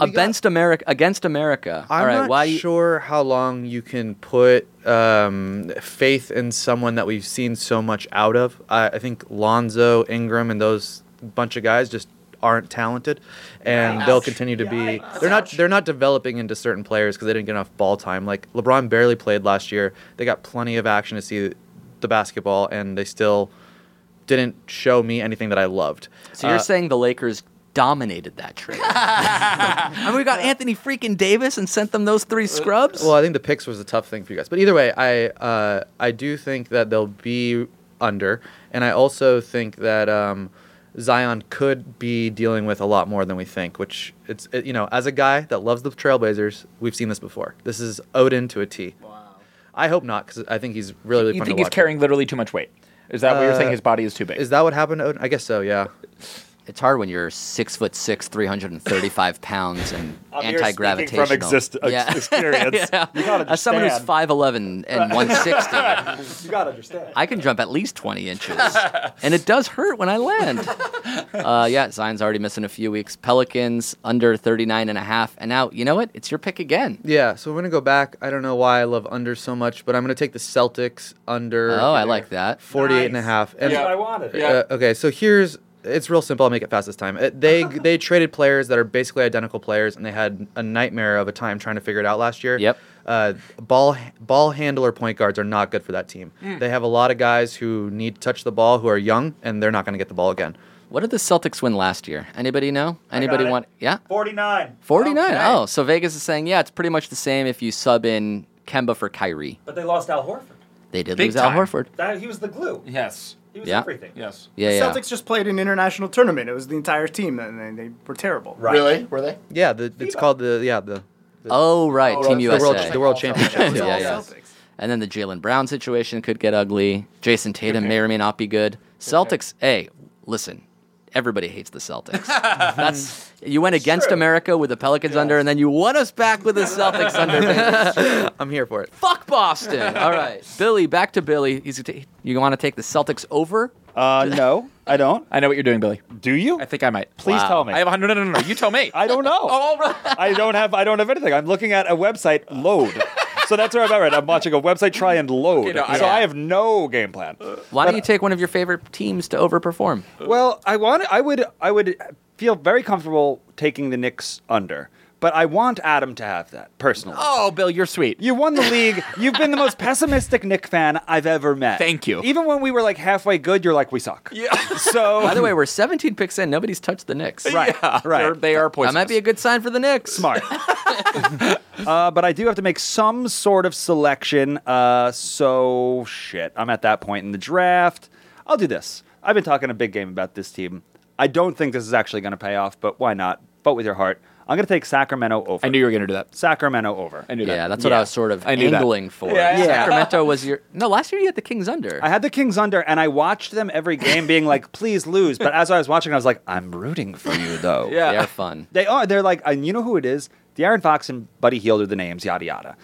[SPEAKER 2] against America. Against America.
[SPEAKER 5] I'm
[SPEAKER 2] All right.
[SPEAKER 5] not
[SPEAKER 2] why? you-
[SPEAKER 5] sure how long you can put um, faith in someone that we've seen so much out of. I, I think Lonzo, Ingram, and those bunch of guys just aren't talented, and they'll continue to be. They're not. They're not developing into certain players because they didn't get enough ball time. Like LeBron barely played last year. They got plenty of action to see the basketball, and they still didn't show me anything that I loved.
[SPEAKER 2] So you're
[SPEAKER 5] Uh,
[SPEAKER 2] saying the Lakers dominated that trade? Uh, I mean, we got Anthony freaking Davis and sent them those three scrubs.
[SPEAKER 5] Well, I think the picks was a tough thing for you guys, but either way, I uh, I do think that they'll be under, and I also think that um, Zion could be dealing with a lot more than we think. Which it's it, you know, as a guy that loves the Trailblazers, we've seen this before. This is Odin to a T. Wow. I hope not, because I think he's really really.
[SPEAKER 4] You
[SPEAKER 5] fun
[SPEAKER 4] think
[SPEAKER 5] to
[SPEAKER 4] he's
[SPEAKER 5] watch.
[SPEAKER 4] carrying literally too much weight? Is that what you're saying? His body is too big.
[SPEAKER 5] Is that what happened to Odin? I guess so. Yeah.
[SPEAKER 2] It's hard when you're six foot six, 335 pounds, and
[SPEAKER 10] here
[SPEAKER 2] anti gravitational.
[SPEAKER 10] speaking from exist- ex- experience. You gotta
[SPEAKER 2] As someone who's
[SPEAKER 10] understand.
[SPEAKER 2] 5'11 and 160,
[SPEAKER 10] you gotta understand.
[SPEAKER 2] I can jump at least 20 inches. and it does hurt when I land. Uh, yeah, Zion's already missing a few weeks. Pelicans under 39 and a half. And now, you know what? It's your pick again.
[SPEAKER 5] Yeah, so we're gonna go back. I don't know why I love under so much, but I'm gonna take the Celtics under.
[SPEAKER 2] Oh, I like that.
[SPEAKER 5] 48 and a half. And
[SPEAKER 10] That's what I wanted.
[SPEAKER 5] Uh, okay, so here's it's real simple. I'll make it fast this time. Uh, They they traded players that are basically identical players, and they had a nightmare of a time trying to figure it out last year.
[SPEAKER 2] Yep.
[SPEAKER 5] Uh, ball ball handler point guards are not good for that team.
[SPEAKER 2] Mm.
[SPEAKER 5] They have a lot of guys who need to touch the ball who are young, and they're not going to get the ball again.
[SPEAKER 2] What did the Celtics win last year? Anybody know? Anybody
[SPEAKER 10] it.
[SPEAKER 2] want? Yeah.
[SPEAKER 10] 49.
[SPEAKER 2] 49. Oh, so Vegas is saying, yeah, it's pretty much the same if you sub in Kemba for Kyrie.
[SPEAKER 10] But they lost Al Horford.
[SPEAKER 2] They did
[SPEAKER 4] Big
[SPEAKER 2] lose
[SPEAKER 4] time.
[SPEAKER 2] Al Horford.
[SPEAKER 10] That, he was the glue.
[SPEAKER 4] Yes.
[SPEAKER 10] He was
[SPEAKER 2] Yeah.
[SPEAKER 10] everything.
[SPEAKER 4] Yes.
[SPEAKER 2] Yeah, yeah.
[SPEAKER 9] Celtics just played an international tournament. It was the entire team, and they, they were terrible.
[SPEAKER 10] Right.
[SPEAKER 11] Really? Were they?
[SPEAKER 5] Yeah, the, it's called the yeah the
[SPEAKER 2] Oh, right.
[SPEAKER 11] Oh,
[SPEAKER 2] Team
[SPEAKER 11] that's
[SPEAKER 5] the
[SPEAKER 2] USA.
[SPEAKER 5] world the world championship.
[SPEAKER 2] yeah, yeah. And then the Jalen Brown situation could get ugly. Jason Tatum may or may not be good. Celtics, hey, listen, everybody hates the Celtics. That's you went against America with the Pelicans under, and then you won us back with the Celtics under.
[SPEAKER 5] I'm here for it.
[SPEAKER 2] Fuck Boston. All right, Billy, back to Billy. He's, you want to take the Celtics over?
[SPEAKER 10] Uh, no, I don't.
[SPEAKER 4] I know what you're doing, Billy.
[SPEAKER 10] Do you?
[SPEAKER 4] I think I might. Oh,
[SPEAKER 10] Please tell me.
[SPEAKER 4] I have 100. No, no, no, no. You tell me.
[SPEAKER 10] I don't know. I don't have. I don't have anything. I'm looking at a website load. so that's where I'm at. Right. now. I'm watching a website try and load.
[SPEAKER 4] no, I-
[SPEAKER 10] so I Uh, have no game plan.
[SPEAKER 2] Why don't you take one of your favorite teams to overperform?
[SPEAKER 10] Well, I want. I would. I would feel very comfortable taking the Knicks under, but I want Adam to have that personally.
[SPEAKER 4] Oh, Bill, you're sweet.
[SPEAKER 10] You won the league. You've been the most pessimistic Nick fan I've ever met.
[SPEAKER 4] Thank you.
[SPEAKER 10] Even when we were like halfway good, you're like, we suck. Yeah. So
[SPEAKER 2] By the way, we're 17 picks in. Nobody's touched the Knicks.
[SPEAKER 10] right, right.
[SPEAKER 4] They're, they are
[SPEAKER 2] That
[SPEAKER 4] poisonous.
[SPEAKER 2] might be a good sign for the Knicks.
[SPEAKER 10] smart. uh, but I do have to make some sort of selection. Uh, so shit, I'm at that point in the draft. I'll do this. I've been talking a big game about this team. I don't think this is actually going to pay off, but why not? Vote with your heart. I'm going to take Sacramento over.
[SPEAKER 4] I knew you were going to do that.
[SPEAKER 10] Sacramento over.
[SPEAKER 4] I knew that.
[SPEAKER 2] Yeah, that's what I was sort of
[SPEAKER 4] I knew that.
[SPEAKER 2] angling for.
[SPEAKER 10] yeah.
[SPEAKER 2] Sacramento was your no. Last year you had the Kings under.
[SPEAKER 10] I had the Kings under, and I watched them every game, being like, "Please lose." But as I was watching, I was like, "I'm rooting for you, though."
[SPEAKER 4] Yeah.
[SPEAKER 2] They are fun.
[SPEAKER 10] they are. They're like, and you know who it is? De'Aaron Fox and Buddy Hield are the names. Yada yada.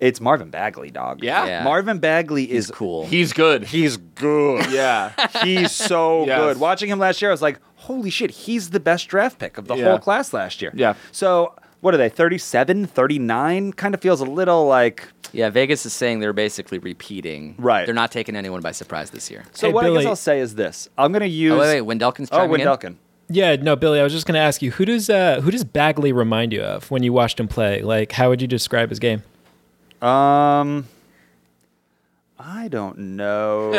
[SPEAKER 10] It's Marvin Bagley, dog.
[SPEAKER 4] Yeah.
[SPEAKER 2] Yeah.
[SPEAKER 10] Marvin Bagley is
[SPEAKER 2] Cool.
[SPEAKER 4] He's good.
[SPEAKER 10] He's good.
[SPEAKER 4] yeah.
[SPEAKER 10] He's so
[SPEAKER 4] Yes.
[SPEAKER 10] good. Watching him last year, I was like, holy shit, he's the best draft pick of the
[SPEAKER 4] Yeah.
[SPEAKER 10] whole class last year.
[SPEAKER 4] Yeah.
[SPEAKER 10] So, what are they, 37, 39? Kind of feels a little like.
[SPEAKER 2] yeah, Vegas is saying they're basically repeating.
[SPEAKER 10] Right.
[SPEAKER 2] They're not taking anyone by surprise this year.
[SPEAKER 10] So,
[SPEAKER 6] Hey,
[SPEAKER 10] what I
[SPEAKER 6] Billy.
[SPEAKER 10] guess I'll say is this I'm going to use.
[SPEAKER 2] Oh wait, wait, Wendelkin's
[SPEAKER 10] oh,
[SPEAKER 2] chiming in?
[SPEAKER 10] Wendelkin.
[SPEAKER 6] Yeah, no, Billy. I was just gonna ask you who does uh, who does Bagley remind you of when you watched him play? Like, how would you describe his game?
[SPEAKER 10] Um, I don't know.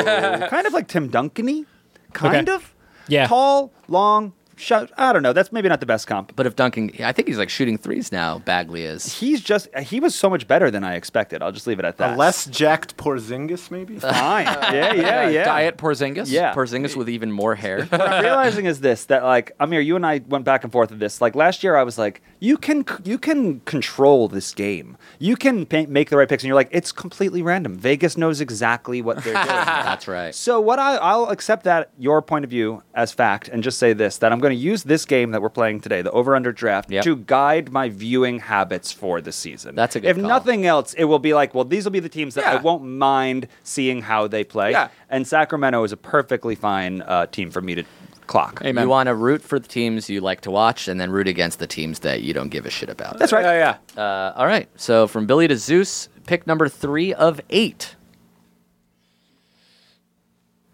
[SPEAKER 10] kind of like Tim Duncany, kind
[SPEAKER 6] Okay.
[SPEAKER 10] of.
[SPEAKER 6] Yeah.
[SPEAKER 10] Tall, long, shot. I don't know. That's maybe not the best comp.
[SPEAKER 2] But if Duncan, I think he's like shooting threes now. Bagley is.
[SPEAKER 10] He's just he was so much better than I expected. I'll just leave it at that.
[SPEAKER 7] A less jacked Porzingis, maybe?
[SPEAKER 10] fine. yeah, yeah, yeah.
[SPEAKER 4] Diet Porzingis.
[SPEAKER 10] Yeah.
[SPEAKER 2] Uh, Porzingis with even more hair.
[SPEAKER 10] what I'm realizing is this that like Amir, you and I went back and forth of this. Like last year, I was like, you can you can control this game. You can pa- make the right picks, and you're like, it's completely random. Vegas knows exactly what they're doing.
[SPEAKER 2] That's right.
[SPEAKER 10] So what I, I'll accept that your point of view as fact, and just say this: that I'm going to use this game that we're playing today, the over/under draft,
[SPEAKER 2] Yep.
[SPEAKER 10] to guide my viewing habits for the season.
[SPEAKER 2] That's a good
[SPEAKER 10] If
[SPEAKER 2] call.
[SPEAKER 10] nothing else, it will be like, well, these will be the teams that I
[SPEAKER 4] Yeah.
[SPEAKER 10] won't mind seeing how they play.
[SPEAKER 4] Yeah.
[SPEAKER 10] And Sacramento is a perfectly fine uh, team for me to clock.
[SPEAKER 2] You
[SPEAKER 4] Amen.
[SPEAKER 2] want to root for the teams you like to watch, and then root against the teams that you don't give a shit about.
[SPEAKER 10] That's right.
[SPEAKER 4] Yeah, yeah.
[SPEAKER 2] Uh, all right. So from Billy to Zeus, pick number three of eight.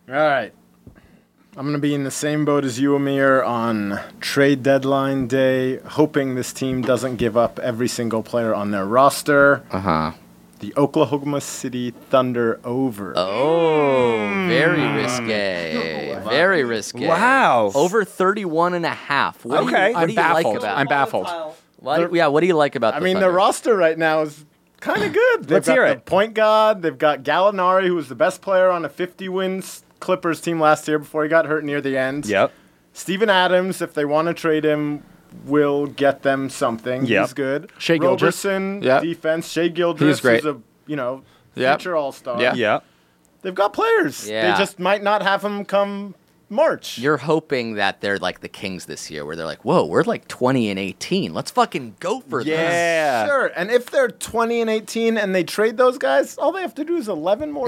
[SPEAKER 7] All right. I'm going to be in the same boat as you, Amir, on trade deadline day, hoping this team doesn't give up every single player on their roster.
[SPEAKER 2] Uh huh.
[SPEAKER 9] Uh-huh.
[SPEAKER 7] The Oklahoma City Thunder over.
[SPEAKER 2] Oh, very risque. Very risque.
[SPEAKER 10] Wow.
[SPEAKER 2] Over 31 and a half. What do
[SPEAKER 10] Okay.
[SPEAKER 2] you, what do
[SPEAKER 4] I'm
[SPEAKER 2] you like
[SPEAKER 4] baffled.
[SPEAKER 2] about
[SPEAKER 4] I'm baffled.
[SPEAKER 2] What, yeah, what do you like about
[SPEAKER 7] I
[SPEAKER 2] the
[SPEAKER 7] mean,
[SPEAKER 2] Thunder?
[SPEAKER 7] their roster right now is kind of good. They've
[SPEAKER 10] Let's
[SPEAKER 7] got
[SPEAKER 10] hear
[SPEAKER 7] the
[SPEAKER 10] it.
[SPEAKER 7] point guard. They've got Gallinari, who was the best player on a 50 wins Clippers team last year before he got hurt near the end.
[SPEAKER 10] Yep.
[SPEAKER 7] Steven Adams, if they want to trade him, will get them something.
[SPEAKER 10] Yep.
[SPEAKER 7] He's good.
[SPEAKER 4] Shea Gilgeous.
[SPEAKER 7] Roberson,
[SPEAKER 4] Yep.
[SPEAKER 7] defense. Shea Gildress
[SPEAKER 4] He's great.
[SPEAKER 7] is a you know
[SPEAKER 4] Yep.
[SPEAKER 7] future All Star.
[SPEAKER 4] Yeah.
[SPEAKER 10] Yeah.
[SPEAKER 7] They've got players.
[SPEAKER 2] Yeah.
[SPEAKER 7] They just might not have him come March.
[SPEAKER 2] You're hoping that they're like the Kings this year, where they're like, "Whoa, we're like 20 and 18. Let's fucking go for this."
[SPEAKER 10] Yeah.
[SPEAKER 7] Sure. And if they're 20 and 18 and they trade those guys, all they have to do is 11 more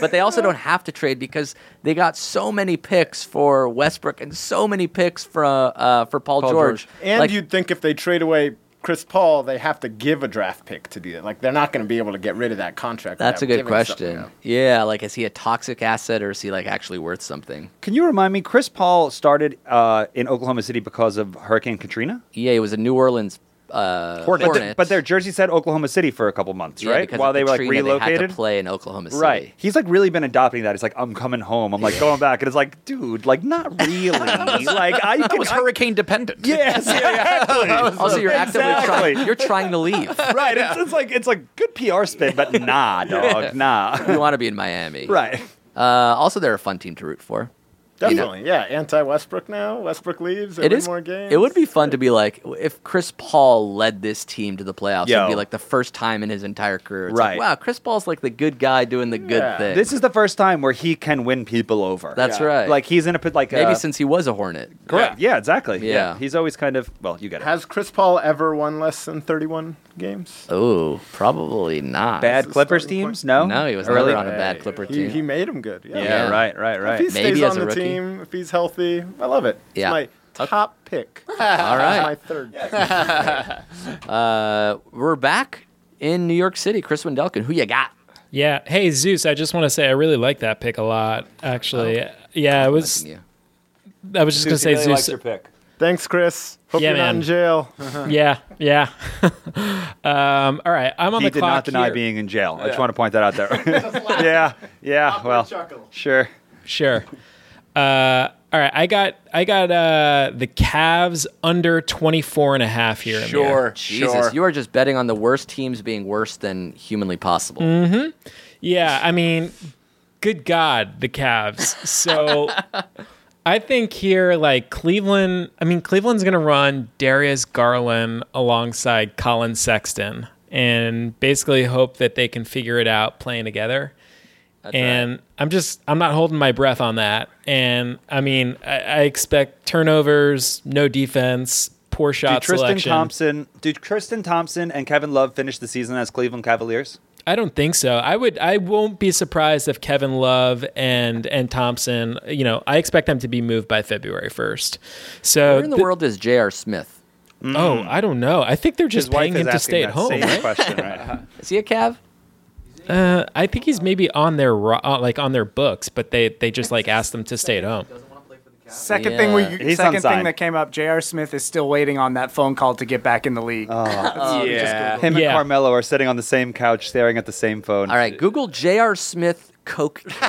[SPEAKER 2] but they also don't have to trade because they got so many picks for Westbrook and so many picks for uh, uh, for Paul, George.
[SPEAKER 7] and
[SPEAKER 2] Like,
[SPEAKER 7] you'd think if they trade away Chris Paul, they have to give a draft pick to do that. Like they're not going to be able to get rid of that contract.
[SPEAKER 2] that's a
[SPEAKER 7] without
[SPEAKER 2] good
[SPEAKER 7] giving something
[SPEAKER 2] question.
[SPEAKER 7] up.
[SPEAKER 2] Yeah, like is he a toxic asset or is he like actually worth something?
[SPEAKER 10] Can you remind me? Chris Paul started uh, in Oklahoma City because of Hurricane Katrina.
[SPEAKER 2] Yeah, he was a New Orleans uh, Hornet,
[SPEAKER 10] But, th- but their jersey said Oklahoma City for a couple months,
[SPEAKER 2] Yeah,
[SPEAKER 10] right?
[SPEAKER 2] because
[SPEAKER 10] While
[SPEAKER 2] of
[SPEAKER 10] they were like
[SPEAKER 2] Katrina, they had to
[SPEAKER 10] relocated.
[SPEAKER 2] play in Oklahoma City.
[SPEAKER 10] Right. He's like really been adopting that. He's like, I'm coming home. I'm like going back, and it's like, dude, like not really. like I
[SPEAKER 4] That
[SPEAKER 10] can.
[SPEAKER 4] was
[SPEAKER 10] I-
[SPEAKER 4] hurricane dependent.
[SPEAKER 10] yes, exactly.
[SPEAKER 2] Also, you're actively
[SPEAKER 10] Exactly.
[SPEAKER 2] trying. You're trying to leave.
[SPEAKER 10] right. It's, it's like it's like good PR spin, but nah, dog, nah.
[SPEAKER 2] you want to be in Miami.
[SPEAKER 10] right.
[SPEAKER 2] Uh, also, they're a fun team to root for.
[SPEAKER 7] Definitely. Yeah. Anti Westbrook now. Westbrook leaves. They
[SPEAKER 2] It
[SPEAKER 7] win
[SPEAKER 2] is.
[SPEAKER 7] more games.
[SPEAKER 2] It would be fun to be like if Chris Paul led this team to the playoffs. It'd
[SPEAKER 10] Yo.
[SPEAKER 2] be like the first time in his entire career. It's
[SPEAKER 10] Right.
[SPEAKER 2] Like, wow, Chris Paul's like the good guy doing the good
[SPEAKER 7] Yeah.
[SPEAKER 2] thing.
[SPEAKER 10] This is the first time where he can win people over.
[SPEAKER 2] That's right.
[SPEAKER 10] Like he's in a pit- like
[SPEAKER 2] Maybe
[SPEAKER 10] uh,
[SPEAKER 2] since he was a Hornet.
[SPEAKER 10] correct. Yeah, exactly. Yeah.
[SPEAKER 2] Yeah.
[SPEAKER 10] he's always kind of well. You get it.
[SPEAKER 7] Has Chris Paul ever won less than 31 games?
[SPEAKER 2] Oh, probably not.
[SPEAKER 10] Bad Clippers
[SPEAKER 7] starting point.
[SPEAKER 10] teams? No,
[SPEAKER 2] No, he was
[SPEAKER 10] Early-
[SPEAKER 2] never on a bad Clipper
[SPEAKER 7] He,
[SPEAKER 2] team.
[SPEAKER 7] he made him good. Yeah.
[SPEAKER 10] Yeah,
[SPEAKER 2] Yeah.
[SPEAKER 10] right, right,
[SPEAKER 7] If he
[SPEAKER 10] right.
[SPEAKER 7] stays
[SPEAKER 2] Maybe as
[SPEAKER 7] on
[SPEAKER 2] a
[SPEAKER 7] the
[SPEAKER 2] rookie.
[SPEAKER 7] team, if he's healthy, I love it. It's
[SPEAKER 2] Yeah.
[SPEAKER 7] my top pick. All
[SPEAKER 2] right.
[SPEAKER 7] my third. pick.
[SPEAKER 2] Uh, we're back in New York City. Chris Wendelkin, who you got?
[SPEAKER 6] Yeah. Hey, Zeus, I just want to say I really like that pick a lot, actually. Yeah, it was.
[SPEAKER 2] Yeah.
[SPEAKER 6] I was just going to say Zeus.
[SPEAKER 10] pick.
[SPEAKER 7] Thanks, Chris. Hope
[SPEAKER 6] Yeah,
[SPEAKER 7] you're not
[SPEAKER 6] man.
[SPEAKER 7] in jail.
[SPEAKER 6] Yeah, yeah. um, all right, I'm on
[SPEAKER 10] He
[SPEAKER 6] the
[SPEAKER 10] did
[SPEAKER 6] clock.
[SPEAKER 10] not deny
[SPEAKER 6] here.
[SPEAKER 10] being in jail. I just want to point that out there. yeah, yeah. Well, sure.
[SPEAKER 6] Sure. Uh, all right, I got I got uh, the Cavs under 24 and a half here. Amir.
[SPEAKER 4] Sure,
[SPEAKER 2] Jesus,
[SPEAKER 4] sure.
[SPEAKER 2] you are just betting on the worst teams being worse than humanly possible.
[SPEAKER 6] Mm. Yeah, I mean, good God, the Cavs. So I think here, like Cleveland, I mean, Cleveland's going to run Darius Garland alongside Colin Sexton and basically hope that they can figure it out playing together. and I'm just, I'm not holding my breath on that. And I mean, I, I expect turnovers, no defense, poor
[SPEAKER 10] Do
[SPEAKER 6] shot
[SPEAKER 10] Tristan
[SPEAKER 6] selection.
[SPEAKER 10] Thompson, do Tristan Thompson and Kevin Love finish the season as Cleveland Cavaliers?
[SPEAKER 6] I don't think so. I would. I won't be surprised if Kevin Love and and Thompson. You know, I expect them to be moved by February first. So,
[SPEAKER 2] Where in the
[SPEAKER 6] th-
[SPEAKER 2] world is J.R. Smith?
[SPEAKER 6] oh, I don't know. I think they're
[SPEAKER 10] His
[SPEAKER 6] just
[SPEAKER 10] wife
[SPEAKER 6] paying
[SPEAKER 10] is
[SPEAKER 6] him to
[SPEAKER 10] asking
[SPEAKER 6] stay at
[SPEAKER 10] that
[SPEAKER 6] home.
[SPEAKER 10] same
[SPEAKER 6] right?
[SPEAKER 10] question, right?
[SPEAKER 2] Is he a Cav?
[SPEAKER 6] Uh, I think he's maybe on their ro- uh, like on their books, but they they just like asked them to stay at home.
[SPEAKER 9] Second thing we
[SPEAKER 2] Yeah.
[SPEAKER 10] He's
[SPEAKER 9] second
[SPEAKER 10] unsigned.
[SPEAKER 9] thing that came up, J.R. Smith is still waiting on that phone call to get back in the league.
[SPEAKER 4] Oh, yeah.
[SPEAKER 10] Him
[SPEAKER 6] Yeah.
[SPEAKER 10] and Carmelo are sitting on the same couch, staring at the same phone.
[SPEAKER 2] All right, Google J.R. Smith Coke.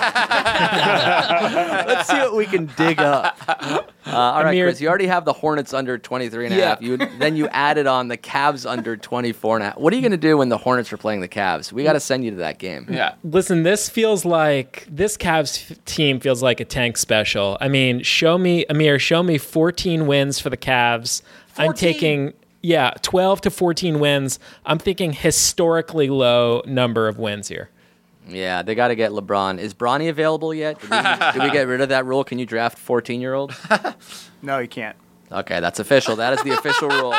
[SPEAKER 2] Let's see what we can dig up. Uh, all right,
[SPEAKER 6] Amir-
[SPEAKER 2] Chris, you already have the Hornets under 23 and a
[SPEAKER 6] Yeah.
[SPEAKER 2] half. You, then you added on the Cavs under 24 and a half. What are you going to do when the Hornets are playing the Cavs? We got to send you to that game.
[SPEAKER 4] Yeah.
[SPEAKER 6] Listen, this feels like this Cavs f- team feels like a tank special. I mean, show me Amir, show me 14 wins for the Cavs. I'm
[SPEAKER 4] 14?
[SPEAKER 6] taking yeah, 12 to 14 wins. I'm thinking historically low number of wins here.
[SPEAKER 2] Yeah, they got to get LeBron. Is Bronny available yet? Did we, did we get rid of that rule? Can you draft 14 year olds?
[SPEAKER 9] No, you can't.
[SPEAKER 2] Okay, that's official. That is the official rule.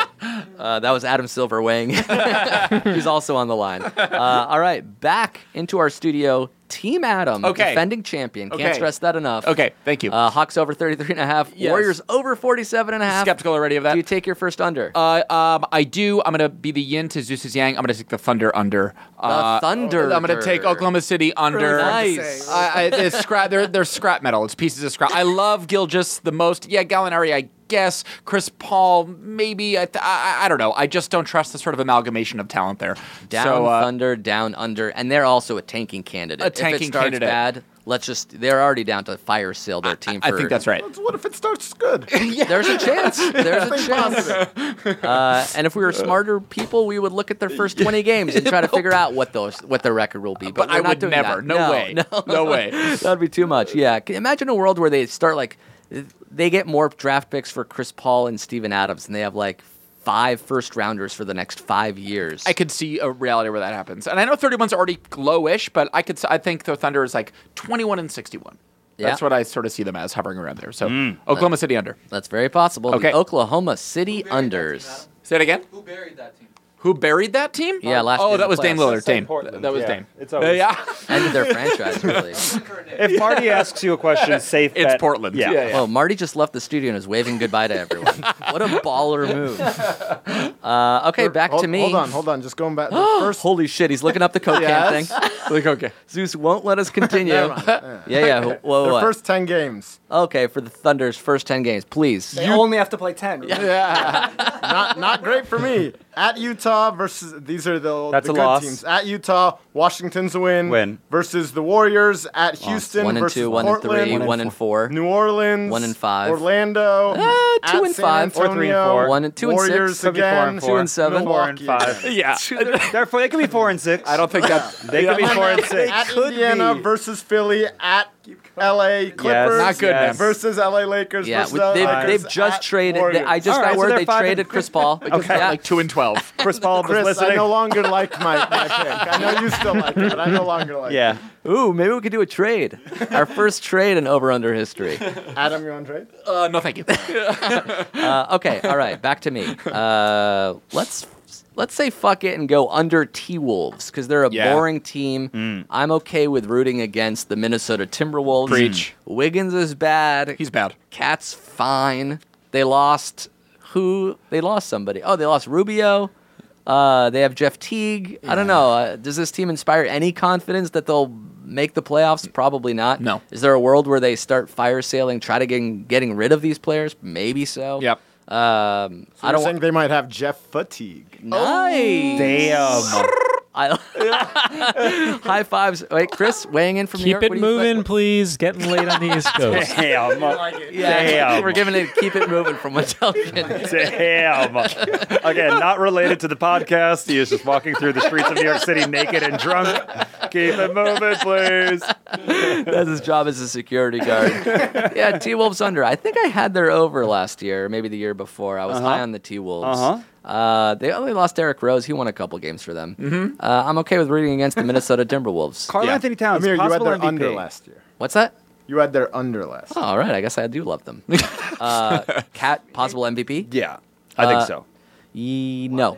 [SPEAKER 2] Uh, that was Adam Silver weighing. He's also on the line. Uh, all right, back into our studio. Team Adam,
[SPEAKER 4] Okay.
[SPEAKER 2] defending champion. Can't
[SPEAKER 4] Okay.
[SPEAKER 2] stress that enough.
[SPEAKER 4] Okay, thank you.
[SPEAKER 2] Uh, Hawks over 33 and a half.
[SPEAKER 4] Yes.
[SPEAKER 2] Warriors over 47 and a half.
[SPEAKER 4] Skeptical already of that.
[SPEAKER 2] Do you take your first under?
[SPEAKER 4] Uh, um, I do. I'm gonna be the yin to Zeus's yang. I'm gonna take the Thunder under. Uh,
[SPEAKER 2] Thunder.
[SPEAKER 4] I'm gonna take Oklahoma City under.
[SPEAKER 9] hard to
[SPEAKER 2] Nice.
[SPEAKER 9] say.
[SPEAKER 4] I, I, it's scrap. They're they're scrap metal. It's pieces of scrap. I love Gilgis the most. Yeah, Gallinari. I guess Chris Paul. Maybe I, th- I. I- I don't know. I just don't trust the sort of amalgamation of talent there.
[SPEAKER 2] Down
[SPEAKER 4] so, uh,
[SPEAKER 2] Thunder, down under. And they're also a tanking candidate.
[SPEAKER 4] A
[SPEAKER 2] if it
[SPEAKER 4] tanking
[SPEAKER 2] starts
[SPEAKER 4] candidate.
[SPEAKER 2] bad, let's just, they're already down to fire sale their team
[SPEAKER 4] I
[SPEAKER 2] for
[SPEAKER 4] think that's right.
[SPEAKER 7] what if it starts good?
[SPEAKER 2] There's a chance. There's a chance. Uh, and if we were smarter people, we would look at their first 20 games and try to figure out what those what their record will be. But,
[SPEAKER 4] But I
[SPEAKER 2] we're not
[SPEAKER 4] would
[SPEAKER 2] doing
[SPEAKER 4] never.
[SPEAKER 2] that.
[SPEAKER 4] No, way.
[SPEAKER 2] No,
[SPEAKER 4] no way.
[SPEAKER 2] that'd be too much. Yeah. Can you imagine a world where they start like they get more draft picks for Chris Paul and Steven Adams, and they have like five first rounders for the next five years.
[SPEAKER 4] I could see a reality where that happens. And I know 31's already lowish, but I could. s- I think the Thunder is like 21 and 61. That's
[SPEAKER 2] Yeah. Mm.
[SPEAKER 4] what I sort of see them as hovering around there. So Oklahoma City under.
[SPEAKER 2] That's very possible.
[SPEAKER 4] Okay.
[SPEAKER 2] The Oklahoma City unders.
[SPEAKER 4] Say it again. Who buried that team? Who buried that team?
[SPEAKER 2] Yeah, last year
[SPEAKER 4] Oh,
[SPEAKER 2] in the
[SPEAKER 4] that was Dame
[SPEAKER 2] playoffs.
[SPEAKER 4] Lillard. Dame. That was
[SPEAKER 8] Yeah.
[SPEAKER 4] Dame.
[SPEAKER 8] It's always-
[SPEAKER 4] yeah.
[SPEAKER 2] Ended their franchise, really.
[SPEAKER 8] If Marty asks you a question, safe
[SPEAKER 4] It's
[SPEAKER 8] bet-
[SPEAKER 4] Portland.
[SPEAKER 8] Yeah.
[SPEAKER 4] Yeah,
[SPEAKER 2] Well, Oh, Marty just left the studio and is waving goodbye to everyone. what a baller move. Uh, okay, back
[SPEAKER 7] hold,
[SPEAKER 2] to me.
[SPEAKER 7] Hold on, hold on. Just going back. The first.
[SPEAKER 2] Holy shit, he's looking up the cocaine
[SPEAKER 7] Yes.
[SPEAKER 2] thing.
[SPEAKER 4] Like, okay.
[SPEAKER 2] Zeus won't let us continue. yeah, yeah. Whoa, whoa,
[SPEAKER 7] Their
[SPEAKER 2] whoa.
[SPEAKER 7] first ten games.
[SPEAKER 2] okay, for the Thunder's first 10 games, please.
[SPEAKER 9] They only have to play 10.
[SPEAKER 7] Not not great for me. At Utah versus these are the,
[SPEAKER 10] That's
[SPEAKER 7] the
[SPEAKER 10] a
[SPEAKER 7] good
[SPEAKER 10] loss.
[SPEAKER 7] teams. At Utah, Washington's a win.
[SPEAKER 10] Win.
[SPEAKER 7] versus the Warriors. At Houston
[SPEAKER 2] one and
[SPEAKER 7] versus
[SPEAKER 2] two, one and
[SPEAKER 7] Portland.
[SPEAKER 2] three, one and four.
[SPEAKER 7] New Orleans,
[SPEAKER 2] One and five. Uh,
[SPEAKER 7] Orlando,
[SPEAKER 2] two
[SPEAKER 7] at
[SPEAKER 2] and
[SPEAKER 7] San
[SPEAKER 2] five.
[SPEAKER 7] Antonio,
[SPEAKER 2] Or three and four. One and- two and six.
[SPEAKER 7] Warriors
[SPEAKER 2] Could be four
[SPEAKER 7] again,
[SPEAKER 2] and four. Two and seven.
[SPEAKER 10] Four and
[SPEAKER 7] Milwaukee.
[SPEAKER 10] five.
[SPEAKER 4] Yeah.
[SPEAKER 10] Therefore, they could be four and six.
[SPEAKER 4] I don't think that's
[SPEAKER 10] They could be four and six.
[SPEAKER 7] At Indiana versus Philly, at L.A. Clippers,
[SPEAKER 10] Not
[SPEAKER 4] good, man.
[SPEAKER 7] versus L.A. Lakers.
[SPEAKER 2] Yeah,
[SPEAKER 7] versus
[SPEAKER 2] we-
[SPEAKER 7] LA
[SPEAKER 2] they've,
[SPEAKER 7] Lakers
[SPEAKER 2] they've just
[SPEAKER 7] at
[SPEAKER 2] traded. they-
[SPEAKER 7] Warriors.
[SPEAKER 2] I just
[SPEAKER 10] All
[SPEAKER 2] got
[SPEAKER 10] right, so
[SPEAKER 2] word
[SPEAKER 10] they're
[SPEAKER 2] they
[SPEAKER 10] five and-
[SPEAKER 2] traded Chris Paul.
[SPEAKER 4] okay.
[SPEAKER 2] Yeah.
[SPEAKER 4] Like two and twelve.
[SPEAKER 10] Chris Paul was
[SPEAKER 7] Chris, I
[SPEAKER 10] listening.
[SPEAKER 7] no longer like my, my pick. I know you still like it, but I no longer like
[SPEAKER 10] yeah.
[SPEAKER 2] Ooh, maybe we could do a trade. Our first trade in over under history.
[SPEAKER 7] it. Adam, you want to trade?
[SPEAKER 4] Uh, no, thank you.
[SPEAKER 2] Uh, okay, all right, back to me. Uh, let's let's say fuck it and go under T Wolves because they're a
[SPEAKER 4] Yeah. Mm.
[SPEAKER 2] boring team. I'm okay with rooting against the Minnesota Timberwolves. Mm.
[SPEAKER 4] Preach.
[SPEAKER 2] Wiggins is bad.
[SPEAKER 4] He's bad.
[SPEAKER 2] Cat's fine. They lost who? They lost somebody. Oh, they lost Rubio. Uh, they have Jeff Teague. I don't know. Uh, does this team inspire any confidence that they'll make the playoffs? Probably not.
[SPEAKER 4] No.
[SPEAKER 2] Is there a world where they start fire sailing, try to getting getting rid of these players? Maybe so. Um,
[SPEAKER 4] Yep.
[SPEAKER 2] I
[SPEAKER 7] You're
[SPEAKER 2] don't
[SPEAKER 7] saying
[SPEAKER 2] want
[SPEAKER 7] they might have Jeff fatigue.
[SPEAKER 2] nice.
[SPEAKER 10] Oh. Damn.
[SPEAKER 2] I, high fives. Wait, Chris, weighing in from New
[SPEAKER 6] Keep
[SPEAKER 2] York,
[SPEAKER 6] it
[SPEAKER 2] what do you think?
[SPEAKER 6] moving, please. Getting late on the East Coast.
[SPEAKER 10] Damn.
[SPEAKER 2] Yeah,
[SPEAKER 10] Damn.
[SPEAKER 2] we're giving it. Keep it moving from Wendelkin.
[SPEAKER 10] Damn. Again, not related to the podcast. He is just walking through the streets of New York City naked and drunk. Keep it moving, please.
[SPEAKER 2] That's his job as a security guard. yeah, T Wolves under. I think I had their over last year, or maybe the year before. I was high on the T Wolves.
[SPEAKER 10] Uh-huh.
[SPEAKER 2] Uh, they only lost Eric Rose. He won a couple games for them. Mm-hmm. Uh, I'm okay with rooting against the Minnesota Timberwolves.
[SPEAKER 10] Carl
[SPEAKER 4] Yeah.
[SPEAKER 10] Anthony Towns,
[SPEAKER 7] Amir, you had
[SPEAKER 10] possible
[SPEAKER 7] their
[SPEAKER 10] MVP.
[SPEAKER 7] under last year.
[SPEAKER 2] What's that?
[SPEAKER 7] You had their under last.
[SPEAKER 2] Oh, all right. I guess I do love them. Uh, Cat, possible MVP?
[SPEAKER 10] Yeah, I think
[SPEAKER 2] Uh,
[SPEAKER 10] so.
[SPEAKER 2] Ye- no.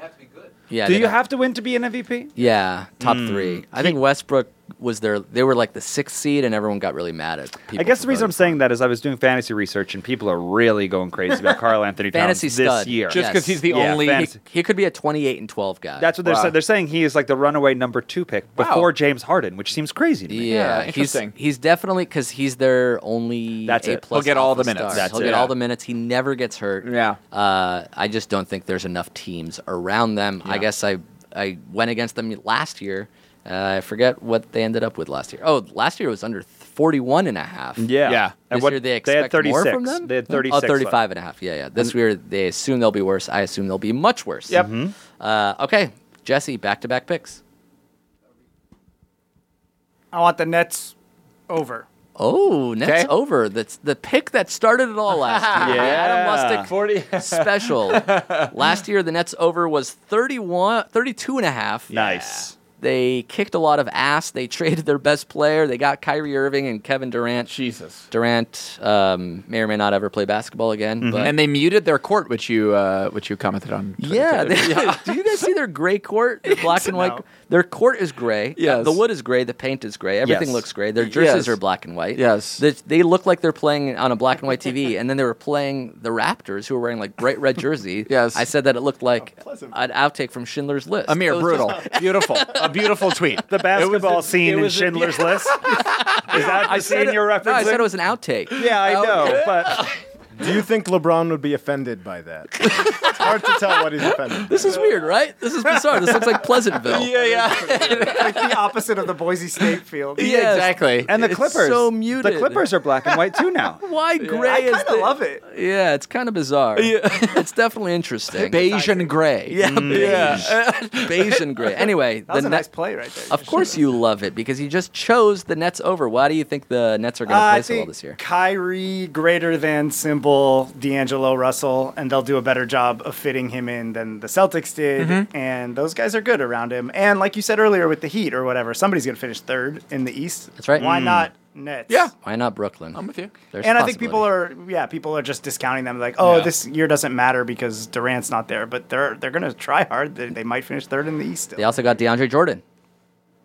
[SPEAKER 2] Yeah.
[SPEAKER 10] Do
[SPEAKER 2] they'd
[SPEAKER 10] you
[SPEAKER 2] have-
[SPEAKER 10] have to win to be an MVP?
[SPEAKER 2] Yeah, top
[SPEAKER 10] Mm.
[SPEAKER 2] three. I think Westbrook was their. They were like the sixth seed, and everyone got really mad at people.
[SPEAKER 10] I guess
[SPEAKER 2] for
[SPEAKER 10] the reason I'm
[SPEAKER 2] voting.
[SPEAKER 10] saying that is I was doing fantasy research and people are really going crazy about Carl Anthony Towns
[SPEAKER 2] Fantasy
[SPEAKER 10] this
[SPEAKER 2] stud.
[SPEAKER 10] year.
[SPEAKER 2] Just-
[SPEAKER 4] Just because
[SPEAKER 2] Yes.
[SPEAKER 4] he's the
[SPEAKER 10] Yeah,
[SPEAKER 4] only.
[SPEAKER 10] fantasy.
[SPEAKER 2] he could be a 28 and 12 guy.
[SPEAKER 10] That's what they're
[SPEAKER 4] Wow.
[SPEAKER 10] saying. They're saying he is like the runaway number two pick
[SPEAKER 4] Wow.
[SPEAKER 10] before James Harden, which seems crazy to me.
[SPEAKER 2] yeah.
[SPEAKER 4] Yeah,
[SPEAKER 2] he's
[SPEAKER 4] interesting.
[SPEAKER 2] he's definitely because he's their only.
[SPEAKER 10] That's
[SPEAKER 2] A+.
[SPEAKER 10] it.
[SPEAKER 4] He'll get all
[SPEAKER 2] alpha
[SPEAKER 4] the
[SPEAKER 2] star.
[SPEAKER 4] minutes. That's
[SPEAKER 2] He'll
[SPEAKER 4] it.
[SPEAKER 2] get
[SPEAKER 4] Yeah.
[SPEAKER 2] all the minutes. He never gets hurt.
[SPEAKER 4] Yeah.
[SPEAKER 2] Uh, I just don't think there's enough teams around them. I guess I I went against them last year. Uh, I forget what they ended up with last year. Oh, last year it was under 41 and a half.
[SPEAKER 10] Yeah.
[SPEAKER 4] Yeah.
[SPEAKER 10] And
[SPEAKER 2] this
[SPEAKER 10] what
[SPEAKER 2] year they
[SPEAKER 10] they had
[SPEAKER 2] expect
[SPEAKER 10] 36.
[SPEAKER 2] more from them?
[SPEAKER 10] They had
[SPEAKER 2] Oh,
[SPEAKER 10] 36.
[SPEAKER 2] 35 and a half. Yeah, yeah. This year they assume they'll be worse. I assume they'll be much worse. Yep. Uh, okay, Jesse, back-to-back picks.
[SPEAKER 9] I want the Nets over.
[SPEAKER 2] Oh, Nets
[SPEAKER 4] Okay.
[SPEAKER 2] over. That's the pick that started it all last year. The Adam Lustig
[SPEAKER 10] 40.
[SPEAKER 2] special. last year the Nets over was 31 32 and a half.
[SPEAKER 10] Nice.
[SPEAKER 2] They kicked a lot of ass. They traded their best player. They got Kyrie Irving and Kevin Durant.
[SPEAKER 4] Jesus.
[SPEAKER 2] Durant um, may or may not ever play basketball again, but
[SPEAKER 4] Mm-hmm. And they muted their court, which you uh, which you commented on.
[SPEAKER 2] Yeah. they- Do you guys see their gray court? Their black and white. Their court is gray. Uh,
[SPEAKER 4] Yes.
[SPEAKER 2] The wood is gray. The paint is gray. Everything
[SPEAKER 10] Yes.
[SPEAKER 2] looks gray. Their jerseys
[SPEAKER 4] Yes.
[SPEAKER 2] are black and white.
[SPEAKER 4] Yes.
[SPEAKER 2] They, they look like they're playing on a black and white TV, and then they were playing the Raptors, who were wearing like bright red jersey.
[SPEAKER 4] Yes.
[SPEAKER 2] I said that it looked like an outtake from Schindler's List.
[SPEAKER 4] Amir,
[SPEAKER 2] It was
[SPEAKER 4] brutal,
[SPEAKER 2] just-
[SPEAKER 4] beautiful, a beautiful tweet.
[SPEAKER 10] The basketball
[SPEAKER 6] it
[SPEAKER 10] scene in
[SPEAKER 6] was a-
[SPEAKER 10] Schindler's List. Is that
[SPEAKER 2] said
[SPEAKER 10] the scene
[SPEAKER 2] it-
[SPEAKER 10] you're referencing?
[SPEAKER 2] no, I said it was an outtake.
[SPEAKER 10] yeah, I know, but
[SPEAKER 7] Do you think LeBron would be offended by that? it's hard to tell what he's offended.
[SPEAKER 2] This is weird, right? This is bizarre. This looks like Pleasantville.
[SPEAKER 4] yeah,
[SPEAKER 9] Like the opposite of the Boise State field.
[SPEAKER 2] Yes.
[SPEAKER 4] exactly.
[SPEAKER 10] and the
[SPEAKER 2] It's
[SPEAKER 10] Clippers.
[SPEAKER 2] so muted.
[SPEAKER 10] The Clippers are black and white too now.
[SPEAKER 2] Why
[SPEAKER 9] I
[SPEAKER 2] gray is
[SPEAKER 9] kind
[SPEAKER 2] the-
[SPEAKER 9] of love it.
[SPEAKER 2] Yeah, it's kind of bizarre. it's definitely interesting.
[SPEAKER 4] beige and gray.
[SPEAKER 2] Yeah, beige. beige and gray. Anyway,
[SPEAKER 9] That was
[SPEAKER 2] the
[SPEAKER 9] a nice
[SPEAKER 2] Nets-
[SPEAKER 9] play right there.
[SPEAKER 2] Of course you love it because you just chose the Nets over. Why do you think the Nets are going to
[SPEAKER 9] Uh, I
[SPEAKER 2] play so well
[SPEAKER 9] think
[SPEAKER 2] this year?
[SPEAKER 9] Kyrie greater than comfortable D'Angelo Russell, and they'll do a better job of fitting him in than the Celtics did.
[SPEAKER 4] Mhm.
[SPEAKER 2] Mm-hmm.
[SPEAKER 9] And those guys are good around him. And like you said earlier, with the Heat or whatever, somebody's going to finish third in the East.
[SPEAKER 2] That's right.
[SPEAKER 9] Why
[SPEAKER 2] Mm.
[SPEAKER 9] not Nets?
[SPEAKER 2] Yeah. Why not Brooklyn? I'm
[SPEAKER 4] with you.
[SPEAKER 9] and I think people are, yeah, people are just discounting them. Like, oh,
[SPEAKER 2] Yeah.
[SPEAKER 9] this year doesn't matter because Durant's not there. But they're they're going to try hard. They, they might finish third in the East. Still.
[SPEAKER 2] They also got DeAndre Jordan.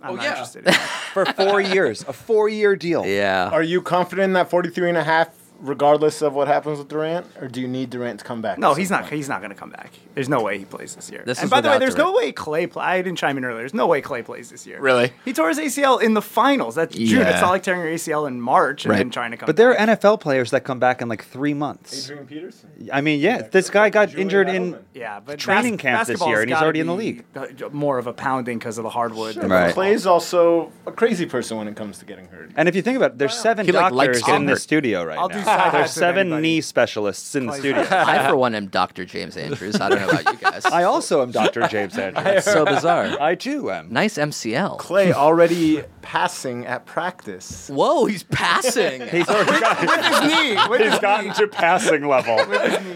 [SPEAKER 2] Oh,
[SPEAKER 9] I'm not interested.
[SPEAKER 10] for four years, a four-year deal.
[SPEAKER 2] Yeah.
[SPEAKER 7] Are you confident in that 43 and a half, regardless of what happens with Durant, or do you need Durant to come back?
[SPEAKER 9] No,
[SPEAKER 7] at
[SPEAKER 9] he's
[SPEAKER 7] some
[SPEAKER 9] not.
[SPEAKER 7] point?
[SPEAKER 9] He's not going to come back. There's no way he plays this year.
[SPEAKER 2] This
[SPEAKER 9] and
[SPEAKER 2] is
[SPEAKER 9] by the way,
[SPEAKER 2] without
[SPEAKER 9] there's
[SPEAKER 2] Durant.
[SPEAKER 9] no way Clay. Play, I didn't chime in earlier. There's no way Clay plays this year.
[SPEAKER 4] Really?
[SPEAKER 9] He tore his ACL in the finals. That's June.
[SPEAKER 10] Yeah.
[SPEAKER 9] It's not like tearing your ACL in March and then trying to come.
[SPEAKER 10] But there are NFL players that come back in like three months.
[SPEAKER 7] Adrian Peterson.
[SPEAKER 10] I mean, yeah, this guy got injured in
[SPEAKER 9] yeah, but
[SPEAKER 10] training
[SPEAKER 9] bas-
[SPEAKER 10] camp this
[SPEAKER 9] basketball's
[SPEAKER 10] year, and he's
[SPEAKER 9] gotta
[SPEAKER 10] already in the
[SPEAKER 9] be,
[SPEAKER 10] league.
[SPEAKER 9] uh, More of a pounding because of the hardwood.
[SPEAKER 7] Sure,
[SPEAKER 9] than
[SPEAKER 7] but
[SPEAKER 10] Right.
[SPEAKER 7] Clay's also a crazy person when it comes to getting hurt.
[SPEAKER 10] And if you think about it, there's seven
[SPEAKER 7] He, like, likes
[SPEAKER 10] doctors
[SPEAKER 7] getting
[SPEAKER 10] in the
[SPEAKER 7] hurt.
[SPEAKER 10] studio right
[SPEAKER 7] I'll do side
[SPEAKER 10] now. There's
[SPEAKER 7] hacks with
[SPEAKER 10] seven
[SPEAKER 7] anybody.
[SPEAKER 10] knee specialists in the studio.
[SPEAKER 2] I, for one, am Dr. James Andrews. I don't know about you guys.
[SPEAKER 10] I also am Dr. James Andrews.
[SPEAKER 2] It's so bizarre.
[SPEAKER 10] I too am.
[SPEAKER 2] Nice MCL.
[SPEAKER 7] Clay already passing at practice.
[SPEAKER 2] Whoa, he's passing.
[SPEAKER 10] He's already got
[SPEAKER 9] With his knee. With his
[SPEAKER 10] He's gotten to passing level.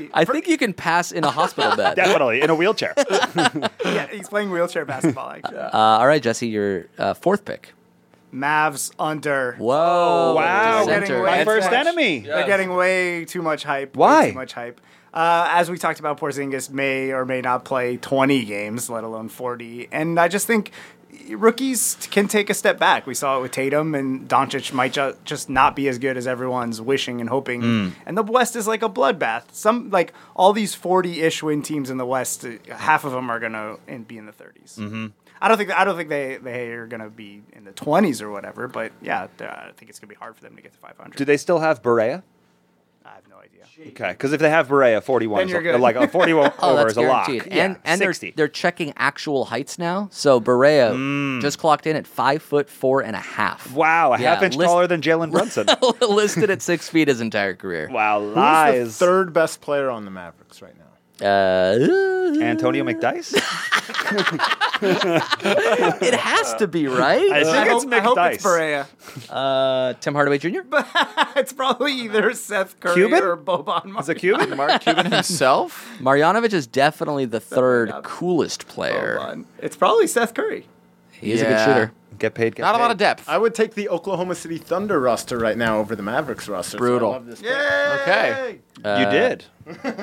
[SPEAKER 2] I think you can pass in a hospital bed. Uh,
[SPEAKER 10] Definitely in a wheelchair.
[SPEAKER 9] knee. Yeah, he's playing wheelchair basketball. Actually,
[SPEAKER 10] Uh,
[SPEAKER 2] all right, Jesse, your uh, fourth pick.
[SPEAKER 9] Mavs under.
[SPEAKER 2] Whoa.
[SPEAKER 10] Wow.
[SPEAKER 2] Center.
[SPEAKER 9] Getting
[SPEAKER 10] My
[SPEAKER 9] way
[SPEAKER 10] first
[SPEAKER 9] too much-
[SPEAKER 10] enemy.
[SPEAKER 9] They're getting way too much hype. way
[SPEAKER 10] Why?
[SPEAKER 9] too much hype. Uh, as we talked about, Porzingis may or may not play 20 games, let alone 40. And I just think rookies can take a step back. We saw it with Tatum, and Doncic might ju- just not be as good as everyone's wishing and hoping.
[SPEAKER 10] Mm.
[SPEAKER 9] And the West is like a bloodbath. Some like all these 40-ish win teams in the West, uh, half of them are gonna and be in the 30s. Mm-hmm. I don't think I don't think they they are gonna be in the 20s or whatever. But yeah, they're- I think it's gonna be hard for them to get to 500.
[SPEAKER 10] Do they still have Berea?
[SPEAKER 9] I have no idea.
[SPEAKER 10] Okay, because if they have Berea, 41
[SPEAKER 9] Then
[SPEAKER 10] is
[SPEAKER 9] you're
[SPEAKER 10] a,
[SPEAKER 9] good.
[SPEAKER 10] like a 41
[SPEAKER 2] Oh,
[SPEAKER 10] over
[SPEAKER 2] that's
[SPEAKER 10] is a lock.
[SPEAKER 2] guaranteed.
[SPEAKER 10] Yeah,
[SPEAKER 2] And and
[SPEAKER 10] 60.
[SPEAKER 2] they're, they're checking actual heights now. So Berea
[SPEAKER 10] Hmm.
[SPEAKER 2] just clocked in at five foot four and a half.
[SPEAKER 10] wow, a
[SPEAKER 2] Yeah,
[SPEAKER 10] half inch
[SPEAKER 2] list-
[SPEAKER 10] taller than Jalen Brunson.
[SPEAKER 2] listed at six feet his entire career.
[SPEAKER 10] wow,
[SPEAKER 7] Who's
[SPEAKER 10] lies.
[SPEAKER 7] the third best player on the Mavericks right now?
[SPEAKER 2] Uh,
[SPEAKER 10] Antonio McDice?
[SPEAKER 2] it has to be right.
[SPEAKER 10] I think it's
[SPEAKER 9] I hope
[SPEAKER 10] McDice.
[SPEAKER 9] it's Barea.
[SPEAKER 2] Uh, Tim Hardaway Jr.
[SPEAKER 9] it's probably either Seth Curry
[SPEAKER 10] Cuban?
[SPEAKER 9] or Boban Marjanovic.
[SPEAKER 10] Is it Cuban? Mark Cuban
[SPEAKER 4] himself?
[SPEAKER 2] Marjanovic is definitely the third
[SPEAKER 9] up.
[SPEAKER 10] Oh,
[SPEAKER 2] coolest player.
[SPEAKER 9] Boban. It's probably Seth Curry.
[SPEAKER 2] He is a good
[SPEAKER 4] Yeah.
[SPEAKER 2] shooter.
[SPEAKER 10] Get paid. Get
[SPEAKER 4] Not a lot of depth.
[SPEAKER 7] I would take the Oklahoma City Thunder roster right now over the Mavericks roster. so I
[SPEAKER 2] Brutal.
[SPEAKER 7] love this pick.
[SPEAKER 4] Okay.
[SPEAKER 2] Uh,
[SPEAKER 10] you did.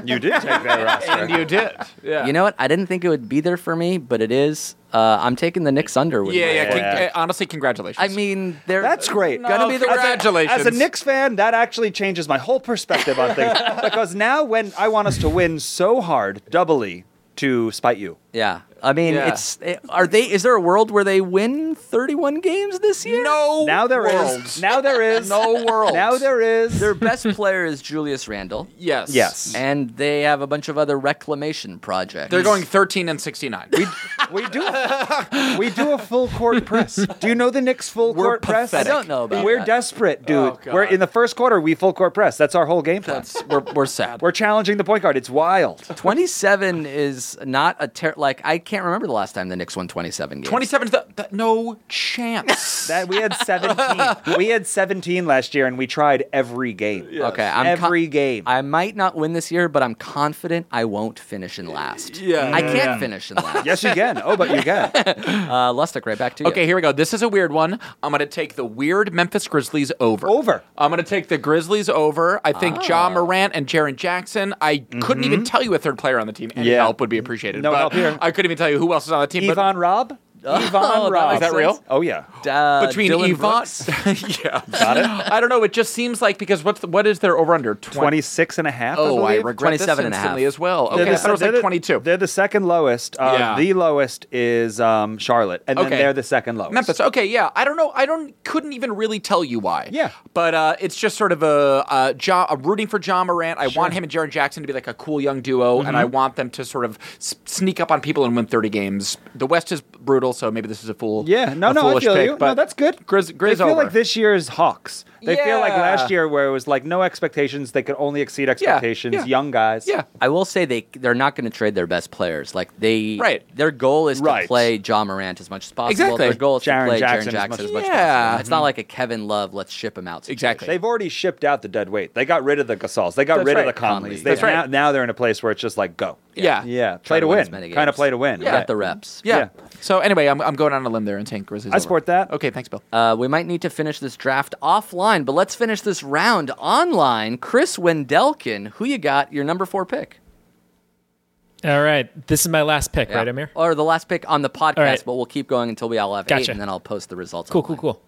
[SPEAKER 10] You did take that roster.
[SPEAKER 4] And you did. Yeah.
[SPEAKER 2] You know what? I didn't think it would be there for me, but it is. Uh, I'm taking the Knicks under. With
[SPEAKER 4] yeah,
[SPEAKER 2] my
[SPEAKER 4] yeah.
[SPEAKER 2] pick.
[SPEAKER 4] con- eh, honestly, congratulations.
[SPEAKER 2] I mean, they're
[SPEAKER 10] That's great.
[SPEAKER 2] Gonna
[SPEAKER 4] No,
[SPEAKER 2] be the
[SPEAKER 4] congratulations.
[SPEAKER 10] As a Knicks fan, that actually changes my whole perspective on things because now when I want us to win so hard, doubly to spite you.
[SPEAKER 2] Yeah, I mean,
[SPEAKER 4] Yeah.
[SPEAKER 2] it's eh, are they? Is there a world where they win 31 games this year?
[SPEAKER 4] no
[SPEAKER 10] Now there is.
[SPEAKER 4] world.
[SPEAKER 10] Now there is.
[SPEAKER 4] No world.
[SPEAKER 10] Now there is.
[SPEAKER 2] Their best player is Julius Randle,
[SPEAKER 4] Yes.
[SPEAKER 10] Yes.
[SPEAKER 2] and they have a bunch of other reclamation projects.
[SPEAKER 4] They're going 13 and 69. We
[SPEAKER 10] we do. A, we do a full court press. Do you know the Knicks full
[SPEAKER 4] We're
[SPEAKER 10] court press?
[SPEAKER 2] pathetic. I don't know about
[SPEAKER 10] We're
[SPEAKER 2] that.
[SPEAKER 10] desperate, dude.
[SPEAKER 4] Oh, God.
[SPEAKER 10] We're in the first quarter. We full court press. That's our whole game plan.
[SPEAKER 4] That's we're, we're sad.
[SPEAKER 10] We're challenging the point guard. It's wild.
[SPEAKER 2] 27 is not a ter- like I can't remember the last time the Knicks won 27 games.
[SPEAKER 4] 27 is the, the- no chance.
[SPEAKER 10] That we had 17. we had 17 last year, and we tried every game.
[SPEAKER 2] Okay, I'm con-
[SPEAKER 10] every game.
[SPEAKER 2] I might not win this year, but I'm confident I won't finish in last.
[SPEAKER 4] Yeah.
[SPEAKER 2] I can't finish in last.
[SPEAKER 10] yes, you can. Oh, but you can.
[SPEAKER 2] Uh, Lustig, right back to you.
[SPEAKER 4] Okay, here we go. This is a weird one. I'm going to take the weird Memphis Grizzlies over.
[SPEAKER 10] Over.
[SPEAKER 4] I'm going to take the Grizzlies over. I think John Morant and Jaron Jackson. I couldn't even tell you a third player on the team. Any
[SPEAKER 10] Yeah.
[SPEAKER 4] help would be appreciated.
[SPEAKER 10] No
[SPEAKER 4] but
[SPEAKER 10] help here.
[SPEAKER 4] I couldn't even tell you who else is on the team. but-
[SPEAKER 10] Yvonne Robb.
[SPEAKER 2] Oh, that
[SPEAKER 10] Yvonne Robb.
[SPEAKER 2] makes
[SPEAKER 4] Is that real? sense.
[SPEAKER 10] Oh yeah.
[SPEAKER 2] Uh,
[SPEAKER 4] between
[SPEAKER 2] Dylan
[SPEAKER 4] Yvonne,
[SPEAKER 2] Brooks.
[SPEAKER 4] yeah, got it. I don't know. It just seems like because what's the, what is their over under
[SPEAKER 10] 26 and a half.
[SPEAKER 4] Oh, I
[SPEAKER 10] believe.
[SPEAKER 4] regret
[SPEAKER 2] 27
[SPEAKER 4] 27
[SPEAKER 2] and a half.
[SPEAKER 4] instantly as well. Okay, I thought it was
[SPEAKER 10] they're
[SPEAKER 4] like
[SPEAKER 10] the-
[SPEAKER 4] 22.
[SPEAKER 10] They're the second lowest. Uh,
[SPEAKER 4] Yeah.
[SPEAKER 10] The lowest is um, Charlotte, and
[SPEAKER 4] Okay.
[SPEAKER 10] then they're the second lowest.
[SPEAKER 4] Memphis. oh, Okay, yeah. I don't know. I don't. Couldn't even really tell you why.
[SPEAKER 10] Yeah.
[SPEAKER 4] But uh, it's just sort of a, a, ja, a rooting for John Morant. I want him and Jaron Jackson to be like
[SPEAKER 10] Mm-hmm.
[SPEAKER 4] a cool young duo, and I want them to sort of s- sneak up on people and win 30 games. The West is brutal, so maybe this is a fool.
[SPEAKER 10] Yeah, no,
[SPEAKER 4] a
[SPEAKER 10] no, I
[SPEAKER 4] foolish
[SPEAKER 10] feel
[SPEAKER 4] pick,
[SPEAKER 10] you.
[SPEAKER 4] But
[SPEAKER 10] No, that's good.
[SPEAKER 4] Grizz, Grizz
[SPEAKER 10] they feel
[SPEAKER 4] over.
[SPEAKER 10] like this year's Hawks. They feel like
[SPEAKER 4] Yeah.
[SPEAKER 10] last year where it was like no expectations. They could only exceed expectations.
[SPEAKER 4] yeah.
[SPEAKER 10] Young guys.
[SPEAKER 4] Yeah.
[SPEAKER 2] I will say they they're not going to trade their best players. Like they
[SPEAKER 4] Right.
[SPEAKER 2] their goal is
[SPEAKER 10] Right.
[SPEAKER 2] to play John Morant as much as possible.
[SPEAKER 4] Exactly.
[SPEAKER 2] Their goal is to
[SPEAKER 10] Jaren
[SPEAKER 2] play
[SPEAKER 10] Jackson
[SPEAKER 2] Jaron
[SPEAKER 10] as
[SPEAKER 2] Jackson
[SPEAKER 10] much
[SPEAKER 2] as
[SPEAKER 10] as
[SPEAKER 2] much
[SPEAKER 4] possible.
[SPEAKER 2] as possible.
[SPEAKER 4] Yeah.
[SPEAKER 2] It's not like a Kevin Love let's ship him out. situation.
[SPEAKER 4] Exactly.
[SPEAKER 10] They've already shipped out the dead weight. They got rid of the Gasols. They got
[SPEAKER 4] That's
[SPEAKER 10] rid of
[SPEAKER 4] right.
[SPEAKER 10] the Conleys.
[SPEAKER 2] Conleys.
[SPEAKER 10] They,
[SPEAKER 4] That's right.
[SPEAKER 10] now, now they're in a place where it's just like go.
[SPEAKER 4] Yeah.
[SPEAKER 10] Yeah.
[SPEAKER 2] Try
[SPEAKER 10] Play to
[SPEAKER 2] win
[SPEAKER 10] win.
[SPEAKER 2] as many
[SPEAKER 10] Kind of
[SPEAKER 2] games.
[SPEAKER 10] play to win.
[SPEAKER 2] You
[SPEAKER 4] Yeah.
[SPEAKER 2] Got the reps.
[SPEAKER 4] Yeah.
[SPEAKER 10] Yeah.
[SPEAKER 4] So anyway, I'm, I'm going on a limb there and saying Grizzlies.
[SPEAKER 10] I
[SPEAKER 4] over.
[SPEAKER 10] support that.
[SPEAKER 4] Okay, thanks, Bill.
[SPEAKER 2] Uh, we might need to finish this draft offline, but let's finish this round online. Chris Wendelkin, who you got? Your number four pick.
[SPEAKER 6] All right. This is my last pick, right,
[SPEAKER 2] Yeah.
[SPEAKER 6] Amir?
[SPEAKER 2] Or the last pick on the podcast,
[SPEAKER 6] right.
[SPEAKER 2] but we'll keep going until we all have eight,
[SPEAKER 6] Gotcha.
[SPEAKER 2] and then I'll post the results.
[SPEAKER 6] Cool, cool,
[SPEAKER 2] online.
[SPEAKER 6] cool.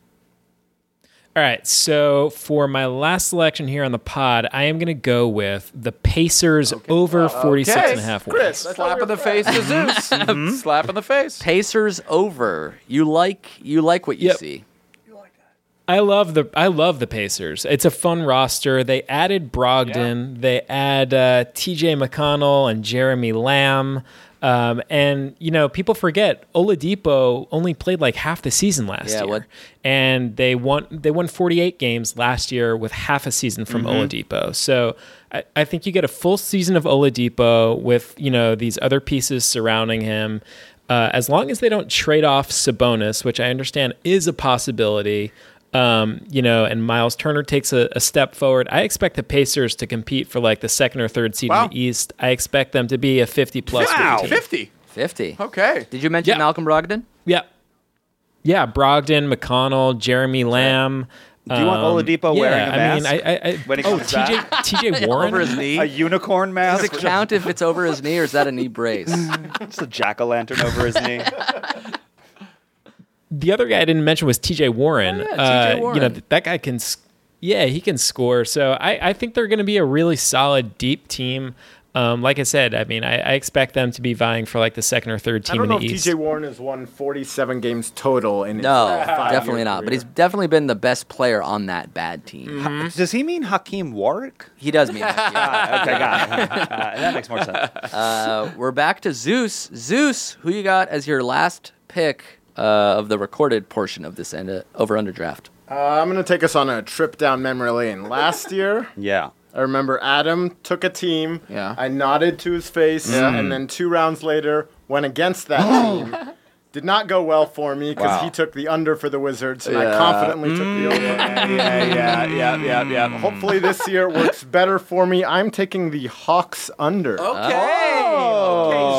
[SPEAKER 6] All right. So for my last selection here on the pod, I am going to go with the Pacers
[SPEAKER 2] Uh,
[SPEAKER 6] over 46 and a half wins.
[SPEAKER 4] Chris, slap in the face to Zeus.
[SPEAKER 10] Mm-hmm.
[SPEAKER 4] Slap in the face.
[SPEAKER 2] Pacers over. You like you like what you
[SPEAKER 6] Yep.
[SPEAKER 2] see.
[SPEAKER 6] I love the I love the Pacers. It's a fun roster. They added Brogdon. They add uh, T.J. McConnell and Jeremy Lamb. Um, and you know, people forget Oladipo only played like half the season last
[SPEAKER 2] Yeah,
[SPEAKER 6] year,
[SPEAKER 2] what-
[SPEAKER 6] and they won they won 48 games last year with half a season from
[SPEAKER 10] Mm-hmm.
[SPEAKER 6] Oladipo. So I, I think you get a full season of Oladipo with you know these other pieces surrounding him. Uh, as long as they don't trade off Sabonis, which I understand is a possibility, um, you know, and Miles Turner takes a, a step forward. I expect the Pacers to compete for like the second or third seed
[SPEAKER 4] Wow.
[SPEAKER 6] in the East. I expect them to be a 50 plus. win team.
[SPEAKER 4] 50.
[SPEAKER 2] Fifty.
[SPEAKER 4] Okay.
[SPEAKER 2] Did you mention
[SPEAKER 6] Yeah.
[SPEAKER 2] Malcolm Brogdon?
[SPEAKER 6] Yeah. Yeah. Brogdon, McConnell, Jeremy Lamb.
[SPEAKER 10] Do you want Oladipo
[SPEAKER 6] yeah,
[SPEAKER 10] wearing a mask?
[SPEAKER 6] I mean, I, I, I
[SPEAKER 10] when he
[SPEAKER 6] oh,
[SPEAKER 10] comes back?
[SPEAKER 6] TJ, TJ Warren.
[SPEAKER 2] Over his knee.
[SPEAKER 10] a unicorn
[SPEAKER 2] Does
[SPEAKER 10] mask.
[SPEAKER 2] it count if it's over his knee or is that a knee brace?
[SPEAKER 10] Just a jack o' lantern over his knee.
[SPEAKER 6] the other guy I didn't mention was TJ Warren.
[SPEAKER 2] Oh, yeah,
[SPEAKER 6] Uh,
[SPEAKER 2] T.J. Warren.
[SPEAKER 6] You know, th- that guy can, s- yeah, he can score. So I, I think they're going to be a really solid, deep team. Um, like I said, I mean, I, I expect them to be vying for like the second or third
[SPEAKER 7] I
[SPEAKER 6] team
[SPEAKER 7] don't
[SPEAKER 6] in
[SPEAKER 7] know
[SPEAKER 6] the
[SPEAKER 7] if
[SPEAKER 6] East.
[SPEAKER 7] TJ Warren has won 47 games total in his
[SPEAKER 2] No,
[SPEAKER 7] five-year
[SPEAKER 2] definitely not. But
[SPEAKER 7] career.
[SPEAKER 2] he's definitely been the best player on that bad team.
[SPEAKER 10] Mm-hmm. Does he mean Hakeem Warwick?
[SPEAKER 2] He does mean that. yeah.
[SPEAKER 10] Okay, got it. Uh, that makes more sense.
[SPEAKER 2] Uh, we're back to Zeus. Zeus, who you got as your last pick uh, of the recorded portion of this end, uh, over under draft?
[SPEAKER 7] Uh, I'm going to take us on a trip down memory lane. Last year,
[SPEAKER 10] Yeah.
[SPEAKER 7] I remember Adam took a team.
[SPEAKER 4] Yeah.
[SPEAKER 7] I nodded to his face,
[SPEAKER 8] Mm.
[SPEAKER 7] and then two rounds later, went against that team. Did not go well for me because
[SPEAKER 10] Wow.
[SPEAKER 7] he took the under for the Wizards, and I
[SPEAKER 4] Yeah.
[SPEAKER 7] confidently took the over.
[SPEAKER 8] Mm. Yeah, yeah, yeah, yeah, yeah.
[SPEAKER 7] Hopefully, this year works better for me. I'm taking the Hawks under.
[SPEAKER 4] Okay,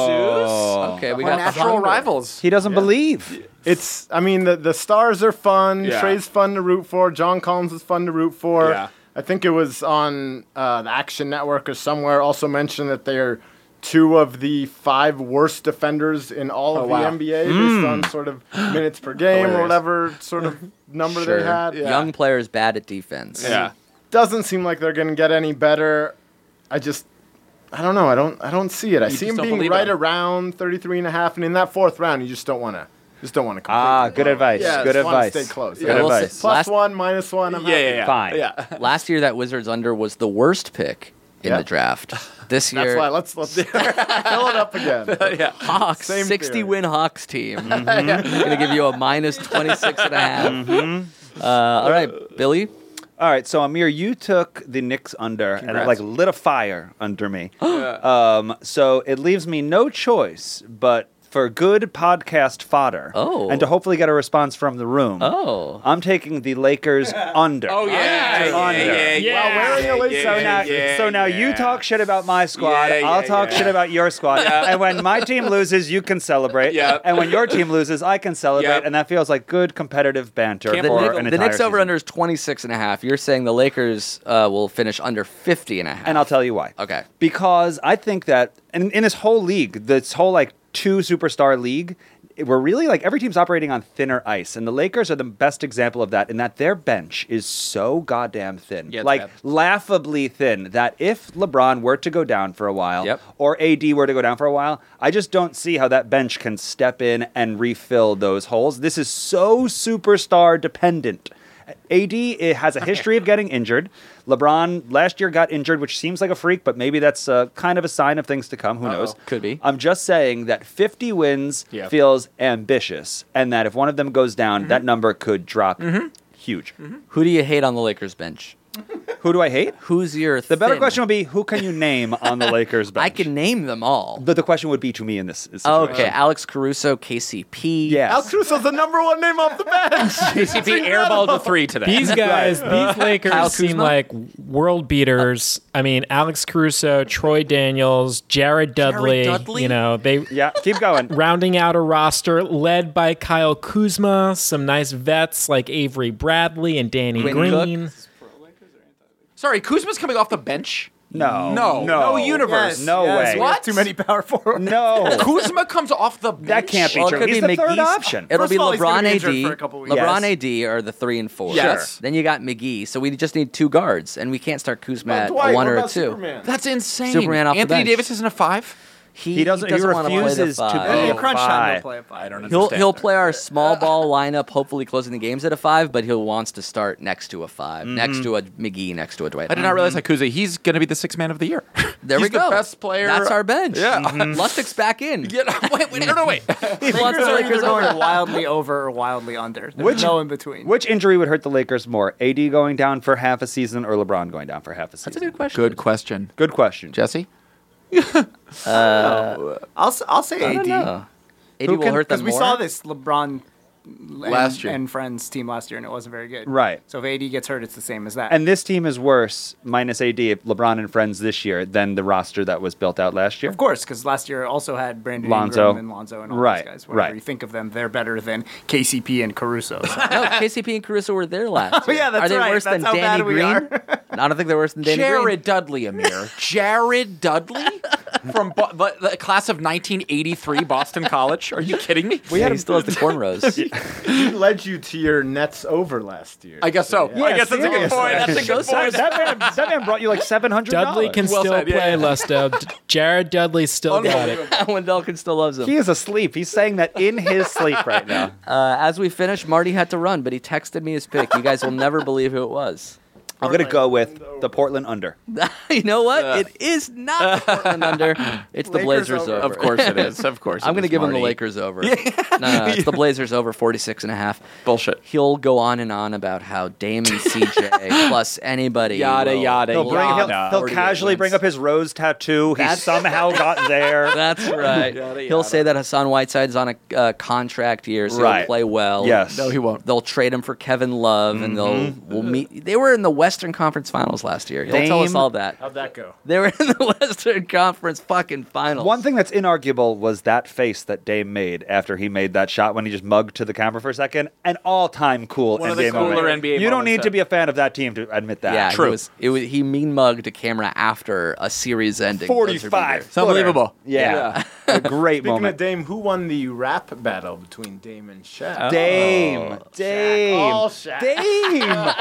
[SPEAKER 4] Zeus.
[SPEAKER 2] Okay, we
[SPEAKER 4] We
[SPEAKER 2] got
[SPEAKER 4] got
[SPEAKER 2] the
[SPEAKER 4] Oh. natural
[SPEAKER 2] Thunder.
[SPEAKER 4] rivals.
[SPEAKER 10] He doesn't believe.
[SPEAKER 7] It's, I mean, the, the stars are fun.
[SPEAKER 4] Yeah.
[SPEAKER 7] Trey's fun to root for. John Collins is fun to root for.
[SPEAKER 4] Yeah.
[SPEAKER 7] I think it was on uh, the Action Network or somewhere also mentioned that they're two of the five worst defenders in all of
[SPEAKER 4] Oh, wow. Hmm.
[SPEAKER 7] the NBA based on sort of minutes per game or
[SPEAKER 4] Hilarious.
[SPEAKER 7] whatever sort of number
[SPEAKER 2] Sure.
[SPEAKER 7] they had.
[SPEAKER 2] Young players bad at defense.
[SPEAKER 4] Yeah.
[SPEAKER 7] Doesn't seem like they're going to get any better. I just. I don't know. I don't. I don't see it. I
[SPEAKER 4] You
[SPEAKER 7] see
[SPEAKER 4] just
[SPEAKER 7] him
[SPEAKER 4] don't
[SPEAKER 7] being
[SPEAKER 4] believe
[SPEAKER 7] right
[SPEAKER 4] him.
[SPEAKER 7] around 33 and a half, and in that fourth round, you just don't want to. Just don't want to.
[SPEAKER 10] Ah, good advice.
[SPEAKER 7] Yeah,
[SPEAKER 10] good
[SPEAKER 7] just wanna
[SPEAKER 10] advice.
[SPEAKER 7] Stay close.
[SPEAKER 10] Good
[SPEAKER 2] I will say-
[SPEAKER 10] advice.
[SPEAKER 7] Plus
[SPEAKER 2] last-
[SPEAKER 7] one, minus one. I'm
[SPEAKER 4] Yeah, yeah,
[SPEAKER 7] happy.
[SPEAKER 4] yeah.
[SPEAKER 10] Fine.
[SPEAKER 4] Yeah.
[SPEAKER 2] Last year, that Wizards under was the worst pick in
[SPEAKER 7] Yeah.
[SPEAKER 2] the draft. This year,
[SPEAKER 7] That's why let's let's fill it up again.
[SPEAKER 4] yeah.
[SPEAKER 2] Hawks,
[SPEAKER 7] Same
[SPEAKER 2] 60
[SPEAKER 7] theory.
[SPEAKER 2] win Hawks team. Going to give you a minus 26 and a half.
[SPEAKER 10] Mm-hmm.
[SPEAKER 2] Uh, all right, Billy.
[SPEAKER 10] All right, so Amir, you took the Knicks under, and it
[SPEAKER 4] Congrats.
[SPEAKER 10] like lit a fire under me. um, so it leaves me no choice but for good podcast fodder,
[SPEAKER 2] Oh.
[SPEAKER 10] and to hopefully get a response from the room.
[SPEAKER 2] Oh.
[SPEAKER 10] I'm taking the Lakers under.
[SPEAKER 4] Oh, yeah.
[SPEAKER 10] Under.
[SPEAKER 6] Yeah.
[SPEAKER 4] Wow, wearing a lace
[SPEAKER 10] So now,
[SPEAKER 4] yeah,
[SPEAKER 10] so now you
[SPEAKER 4] yeah.
[SPEAKER 10] talk shit about my squad.
[SPEAKER 4] Yeah, yeah,
[SPEAKER 10] I'll talk
[SPEAKER 4] yeah.
[SPEAKER 10] shit about your squad. And when my team loses, you can celebrate.
[SPEAKER 4] Yep.
[SPEAKER 10] And when your team loses, I can celebrate.
[SPEAKER 4] Yep.
[SPEAKER 10] And that feels like good competitive banter
[SPEAKER 2] The,
[SPEAKER 10] for
[SPEAKER 2] Knick-
[SPEAKER 10] an
[SPEAKER 2] the
[SPEAKER 10] entire
[SPEAKER 2] Knicks over
[SPEAKER 10] season.
[SPEAKER 2] under is 26 and a half. You're saying the Lakers uh, will finish under 50 and a half.
[SPEAKER 10] and I'll tell you why.
[SPEAKER 2] Okay.
[SPEAKER 10] Because I think that in, in this whole league, this whole like two superstar league, we're really like every team's operating on thinner ice, and the Lakers are the best example of that. In that their bench is so goddamn thin,
[SPEAKER 4] Yeah, it's
[SPEAKER 10] like
[SPEAKER 4] bad.
[SPEAKER 10] laughably thin, that if LeBron were to go down for a while,
[SPEAKER 2] Yep.
[SPEAKER 10] or AD were to go down for a while, I just don't see how that bench can step in and refill those holes. This is so superstar dependent. AD it has a history of getting injured. LeBron last year got injured, which seems like a freak, but maybe that's uh, kind of a sign of things to come. Who knows?
[SPEAKER 2] Could be.
[SPEAKER 10] I'm just saying that 50 wins feels ambitious, and that if one of them goes down,
[SPEAKER 2] Mm-hmm.
[SPEAKER 10] that number could drop huge.
[SPEAKER 2] Who do you hate on the Lakers bench?
[SPEAKER 10] Who do I hate?
[SPEAKER 2] Who's your
[SPEAKER 10] The better question would be who can you name on the Lakers bench?
[SPEAKER 2] I can name them all.
[SPEAKER 10] But the question would be to me in this. Situation.
[SPEAKER 2] Okay, Alex Caruso, KCP.
[SPEAKER 10] Yes.
[SPEAKER 7] Al Cruso's the number one name off the bench.
[SPEAKER 4] KCP airballed a three today.
[SPEAKER 6] These guys, these
[SPEAKER 2] Kyle
[SPEAKER 6] Lakers seem
[SPEAKER 2] Kuzma?
[SPEAKER 6] like world beaters. I mean, Alex Caruso, Troy Daniels, Jared Dudley.
[SPEAKER 2] Dudley?
[SPEAKER 6] You know, they
[SPEAKER 10] Yeah. Keep going.
[SPEAKER 6] rounding out a roster led by Kyle Kuzma, some nice vets like Avery Bradley and Danny Green.
[SPEAKER 4] Sorry, Kuzma's coming off the bench.
[SPEAKER 10] No.
[SPEAKER 4] No,
[SPEAKER 10] No.
[SPEAKER 4] Oh, no universe.
[SPEAKER 10] No way.
[SPEAKER 4] What?
[SPEAKER 9] Too many power forwards.
[SPEAKER 10] No.
[SPEAKER 4] Kuzma comes off the bench.
[SPEAKER 10] That can't be
[SPEAKER 2] Well, it
[SPEAKER 10] true.
[SPEAKER 2] could
[SPEAKER 10] He's
[SPEAKER 2] be
[SPEAKER 10] the third
[SPEAKER 2] McGee's-
[SPEAKER 10] option.
[SPEAKER 2] It'll
[SPEAKER 9] First
[SPEAKER 2] be
[SPEAKER 9] of all, he's
[SPEAKER 2] LeBron
[SPEAKER 9] gonna be
[SPEAKER 2] AD.
[SPEAKER 9] injured for a couple weeks.
[SPEAKER 2] LeBron
[SPEAKER 10] Yes.
[SPEAKER 2] AD are the three and four.
[SPEAKER 4] Yes. Sure.
[SPEAKER 2] Then you got McGee, so we just need two guards, and we can't start Kuzma at
[SPEAKER 7] Dwight,
[SPEAKER 2] a one
[SPEAKER 7] what
[SPEAKER 2] or a
[SPEAKER 7] about
[SPEAKER 2] two.
[SPEAKER 7] Superman?
[SPEAKER 4] That's insane.
[SPEAKER 2] Superman off the
[SPEAKER 4] Anthony
[SPEAKER 2] bench.
[SPEAKER 4] Davis isn't a five.
[SPEAKER 2] He,
[SPEAKER 10] He doesn't- he
[SPEAKER 2] wanna play the
[SPEAKER 10] refuses to
[SPEAKER 2] five.
[SPEAKER 10] play.
[SPEAKER 9] Yeah,
[SPEAKER 10] Oh,
[SPEAKER 9] crunch time
[SPEAKER 10] bye.
[SPEAKER 9] will play it. I don't know.
[SPEAKER 2] He'll he'll play our small ball lineup, hopefully closing the games at a five, but he'll wants to start next to a 5
[SPEAKER 10] Mm-hmm.
[SPEAKER 2] next to a McGee, next to a Dwight.
[SPEAKER 4] I did not realize Hakuza. He's going to be the sixth man of the year.
[SPEAKER 2] There
[SPEAKER 4] He's
[SPEAKER 2] we go.
[SPEAKER 4] The best player.
[SPEAKER 2] That's our bench.
[SPEAKER 4] Yeah.
[SPEAKER 10] Mm-hmm.
[SPEAKER 2] Lustig's back in.
[SPEAKER 4] Yeah, no, wait, wait, no, no, wait.
[SPEAKER 2] Plus
[SPEAKER 9] Lakers are
[SPEAKER 2] Lakers
[SPEAKER 9] either
[SPEAKER 2] over.
[SPEAKER 9] going wildly over or wildly under. There's
[SPEAKER 10] Which-
[SPEAKER 9] no in between.
[SPEAKER 10] Which injury would hurt the Lakers more? AD going down for half a season or LeBron going down for half a season?
[SPEAKER 2] That's a good question.
[SPEAKER 4] Good question,
[SPEAKER 10] Good question.
[SPEAKER 4] Jesse.
[SPEAKER 9] I'll s- I'll say
[SPEAKER 2] I don't
[SPEAKER 9] AD
[SPEAKER 2] know. AD will hurt them
[SPEAKER 9] because we
[SPEAKER 2] more?
[SPEAKER 9] saw this LeBron and,
[SPEAKER 4] Last year.
[SPEAKER 9] and friends team last year and it wasn't very good.
[SPEAKER 10] Right.
[SPEAKER 9] So if AD gets hurt, it's the same as that.
[SPEAKER 10] And this team is worse, minus AD, if LeBron and friends this year, than the roster that was built out last year.
[SPEAKER 9] of course, because last year also had Brandon
[SPEAKER 10] Lonzo.
[SPEAKER 9] Ingram and Lonzo and all
[SPEAKER 10] Right,
[SPEAKER 9] those guys. Whatever
[SPEAKER 10] right.
[SPEAKER 9] you think of them, they're better than KCP and Caruso. So.
[SPEAKER 2] No, KCP and Caruso were there last year.
[SPEAKER 9] Oh, yeah, that's
[SPEAKER 2] Are they
[SPEAKER 9] right.
[SPEAKER 2] worse
[SPEAKER 9] That's
[SPEAKER 2] than
[SPEAKER 9] how
[SPEAKER 2] Danny
[SPEAKER 9] bad we
[SPEAKER 2] Green?
[SPEAKER 9] are.
[SPEAKER 2] I don't think they're worse than Danny
[SPEAKER 4] Jared
[SPEAKER 2] Green.
[SPEAKER 4] Dudley, Amir. Jared Dudley from Bo- the, the class of 1983 Boston College. Are you kidding me?
[SPEAKER 2] Yeah, he still has the cornrows.
[SPEAKER 7] He led you to your Nets over last year.
[SPEAKER 4] I guess so. I guess that's a good
[SPEAKER 10] seriously.
[SPEAKER 4] point. That's a good
[SPEAKER 10] That,
[SPEAKER 4] point.
[SPEAKER 10] that man, that man brought you like seven hundred.
[SPEAKER 6] Dudley can
[SPEAKER 4] Well
[SPEAKER 6] still
[SPEAKER 4] said, yeah,
[SPEAKER 6] play
[SPEAKER 4] yeah.
[SPEAKER 6] Lusto. D- Jared Dudley still got it.
[SPEAKER 2] Wendell can still loves him.
[SPEAKER 10] He is asleep. He's saying that in his sleep right now.
[SPEAKER 2] Uh, as we finished, Marty had to run, but he texted me his pick. You guys will never believe who it was.
[SPEAKER 10] I'm gonna go with the Portland under.
[SPEAKER 2] you know what? it is not the Portland under. It's the Blazers over.
[SPEAKER 4] Of course it is. Of course.
[SPEAKER 2] I'm
[SPEAKER 4] it
[SPEAKER 2] going to
[SPEAKER 4] is,
[SPEAKER 2] give him the
[SPEAKER 4] Marty.
[SPEAKER 2] Lakers over. no, no, no, it's the Blazers over 46 and a half.
[SPEAKER 4] Bullshit.
[SPEAKER 2] He'll go on and on about how Dame and CJ plus anybody.
[SPEAKER 4] Yada,
[SPEAKER 2] will-
[SPEAKER 4] yada,
[SPEAKER 2] will
[SPEAKER 10] He'll, bring,
[SPEAKER 2] lock
[SPEAKER 10] he'll,
[SPEAKER 2] up
[SPEAKER 10] he'll
[SPEAKER 2] 48
[SPEAKER 10] casually
[SPEAKER 2] wins.
[SPEAKER 10] bring up his rose tattoo. He somehow got there.
[SPEAKER 2] That's right. He'll say that Hassan Whiteside's on a uh, contract year, so he'll
[SPEAKER 10] Right.
[SPEAKER 2] play well.
[SPEAKER 10] Yes. Mm-hmm. No,
[SPEAKER 4] he won't.
[SPEAKER 2] They'll trade him for Kevin Love, and they'll we'll meet. They were in the Western Conference Finals last year. He'll tell us
[SPEAKER 10] Dame-
[SPEAKER 2] all that.
[SPEAKER 7] How'd that go?
[SPEAKER 2] They were in the Western Conference fucking Finals.
[SPEAKER 10] One thing that's inarguable was that face that Dame made after he made that shot when he just mugged to the camera for a second. An all-time cool
[SPEAKER 4] One
[SPEAKER 10] NBA
[SPEAKER 4] of the cooler
[SPEAKER 10] moment.
[SPEAKER 4] NBA
[SPEAKER 10] You don't
[SPEAKER 4] moments,
[SPEAKER 10] need to
[SPEAKER 4] yeah.
[SPEAKER 10] be a fan of that team to admit that.
[SPEAKER 2] yeah, He was, it was he mean mugged a camera after a series ending. buzzer beater.
[SPEAKER 10] Forty-five.
[SPEAKER 4] It's unbelievable.
[SPEAKER 10] Yeah, a great
[SPEAKER 7] Speaking
[SPEAKER 10] moment.
[SPEAKER 7] of Dame, who won the rap battle between Dame and Shaq?
[SPEAKER 4] Oh.
[SPEAKER 10] Dame, Dame,
[SPEAKER 7] All Shaq.
[SPEAKER 10] Dame, wrong.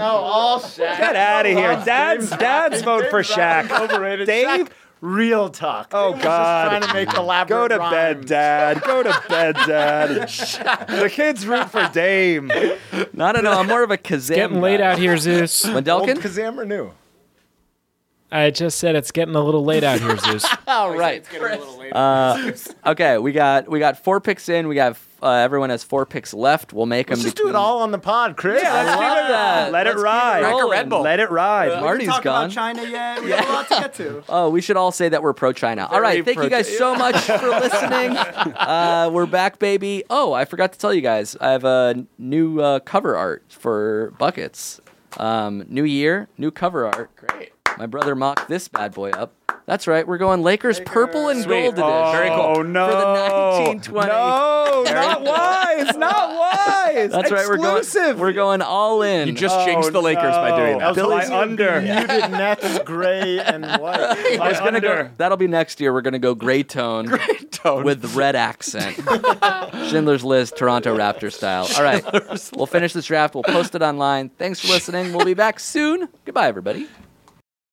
[SPEAKER 7] Oh, all Shaq.
[SPEAKER 10] Get out of here.
[SPEAKER 7] Dame's
[SPEAKER 10] Dad's
[SPEAKER 7] not-
[SPEAKER 10] dad's vote for
[SPEAKER 7] Dame's not
[SPEAKER 10] Shaq.
[SPEAKER 7] Overrated.
[SPEAKER 10] Dave?
[SPEAKER 7] Shaq, real talk.
[SPEAKER 10] Oh,
[SPEAKER 7] Dame was
[SPEAKER 10] God.
[SPEAKER 7] Just trying to make elaborate
[SPEAKER 10] Go to
[SPEAKER 7] rhymes.
[SPEAKER 10] bed, Dad. Go to bed, Dad. the kids root for Dame.
[SPEAKER 2] No, no, no. I'm more of a Kazam.
[SPEAKER 6] Getting late out here, Zeus.
[SPEAKER 7] Old
[SPEAKER 2] Wendelkin?
[SPEAKER 7] Kazam or new?
[SPEAKER 6] I just said it's getting a little late out here, Zeus.
[SPEAKER 2] All right. Uh, okay, we got we got four picks in. We got uh, everyone has four picks left. We'll make
[SPEAKER 7] Let's
[SPEAKER 2] them.
[SPEAKER 7] just do it all on the pod, Chris.
[SPEAKER 10] Yeah, let's keep it-
[SPEAKER 2] that.
[SPEAKER 10] Let it
[SPEAKER 2] Let's keep it
[SPEAKER 10] ride.
[SPEAKER 2] Crack a Red Bull. Uh,
[SPEAKER 10] Let it ride.
[SPEAKER 9] we
[SPEAKER 2] Marty's
[SPEAKER 9] talked
[SPEAKER 2] gone.
[SPEAKER 9] about China yet. We have a lot to get to.
[SPEAKER 2] Oh, we should all say that we're pro China. All right, thank you guys so much for listening. Uh, we're back, baby. Oh, I forgot to tell you guys, I have a new uh, cover art for buckets. Um, new year, new cover art. Great. My brother mocked this bad boy up. That's right. We're going Lakers, purple and gold edition.
[SPEAKER 4] Very cool.
[SPEAKER 10] Oh, no.
[SPEAKER 2] For the 1920.
[SPEAKER 10] No, not wise. Not wise.
[SPEAKER 2] That's right. We're going.
[SPEAKER 10] Exclusive.
[SPEAKER 2] We're going all in.
[SPEAKER 4] You just
[SPEAKER 10] Oh,
[SPEAKER 4] jinxed the Lakers by doing
[SPEAKER 7] That
[SPEAKER 4] that.
[SPEAKER 7] was Billy's
[SPEAKER 10] my under.
[SPEAKER 7] Muted Nets, gray and white.
[SPEAKER 10] I was
[SPEAKER 2] Gonna go- that'll be next year. We're gonna go gray tone, gray tone. with red accent. Schindler's List, Toronto Raptor style. All right, we'll finish this draft. We'll post it online. Thanks for listening. We'll be back soon. Goodbye, everybody.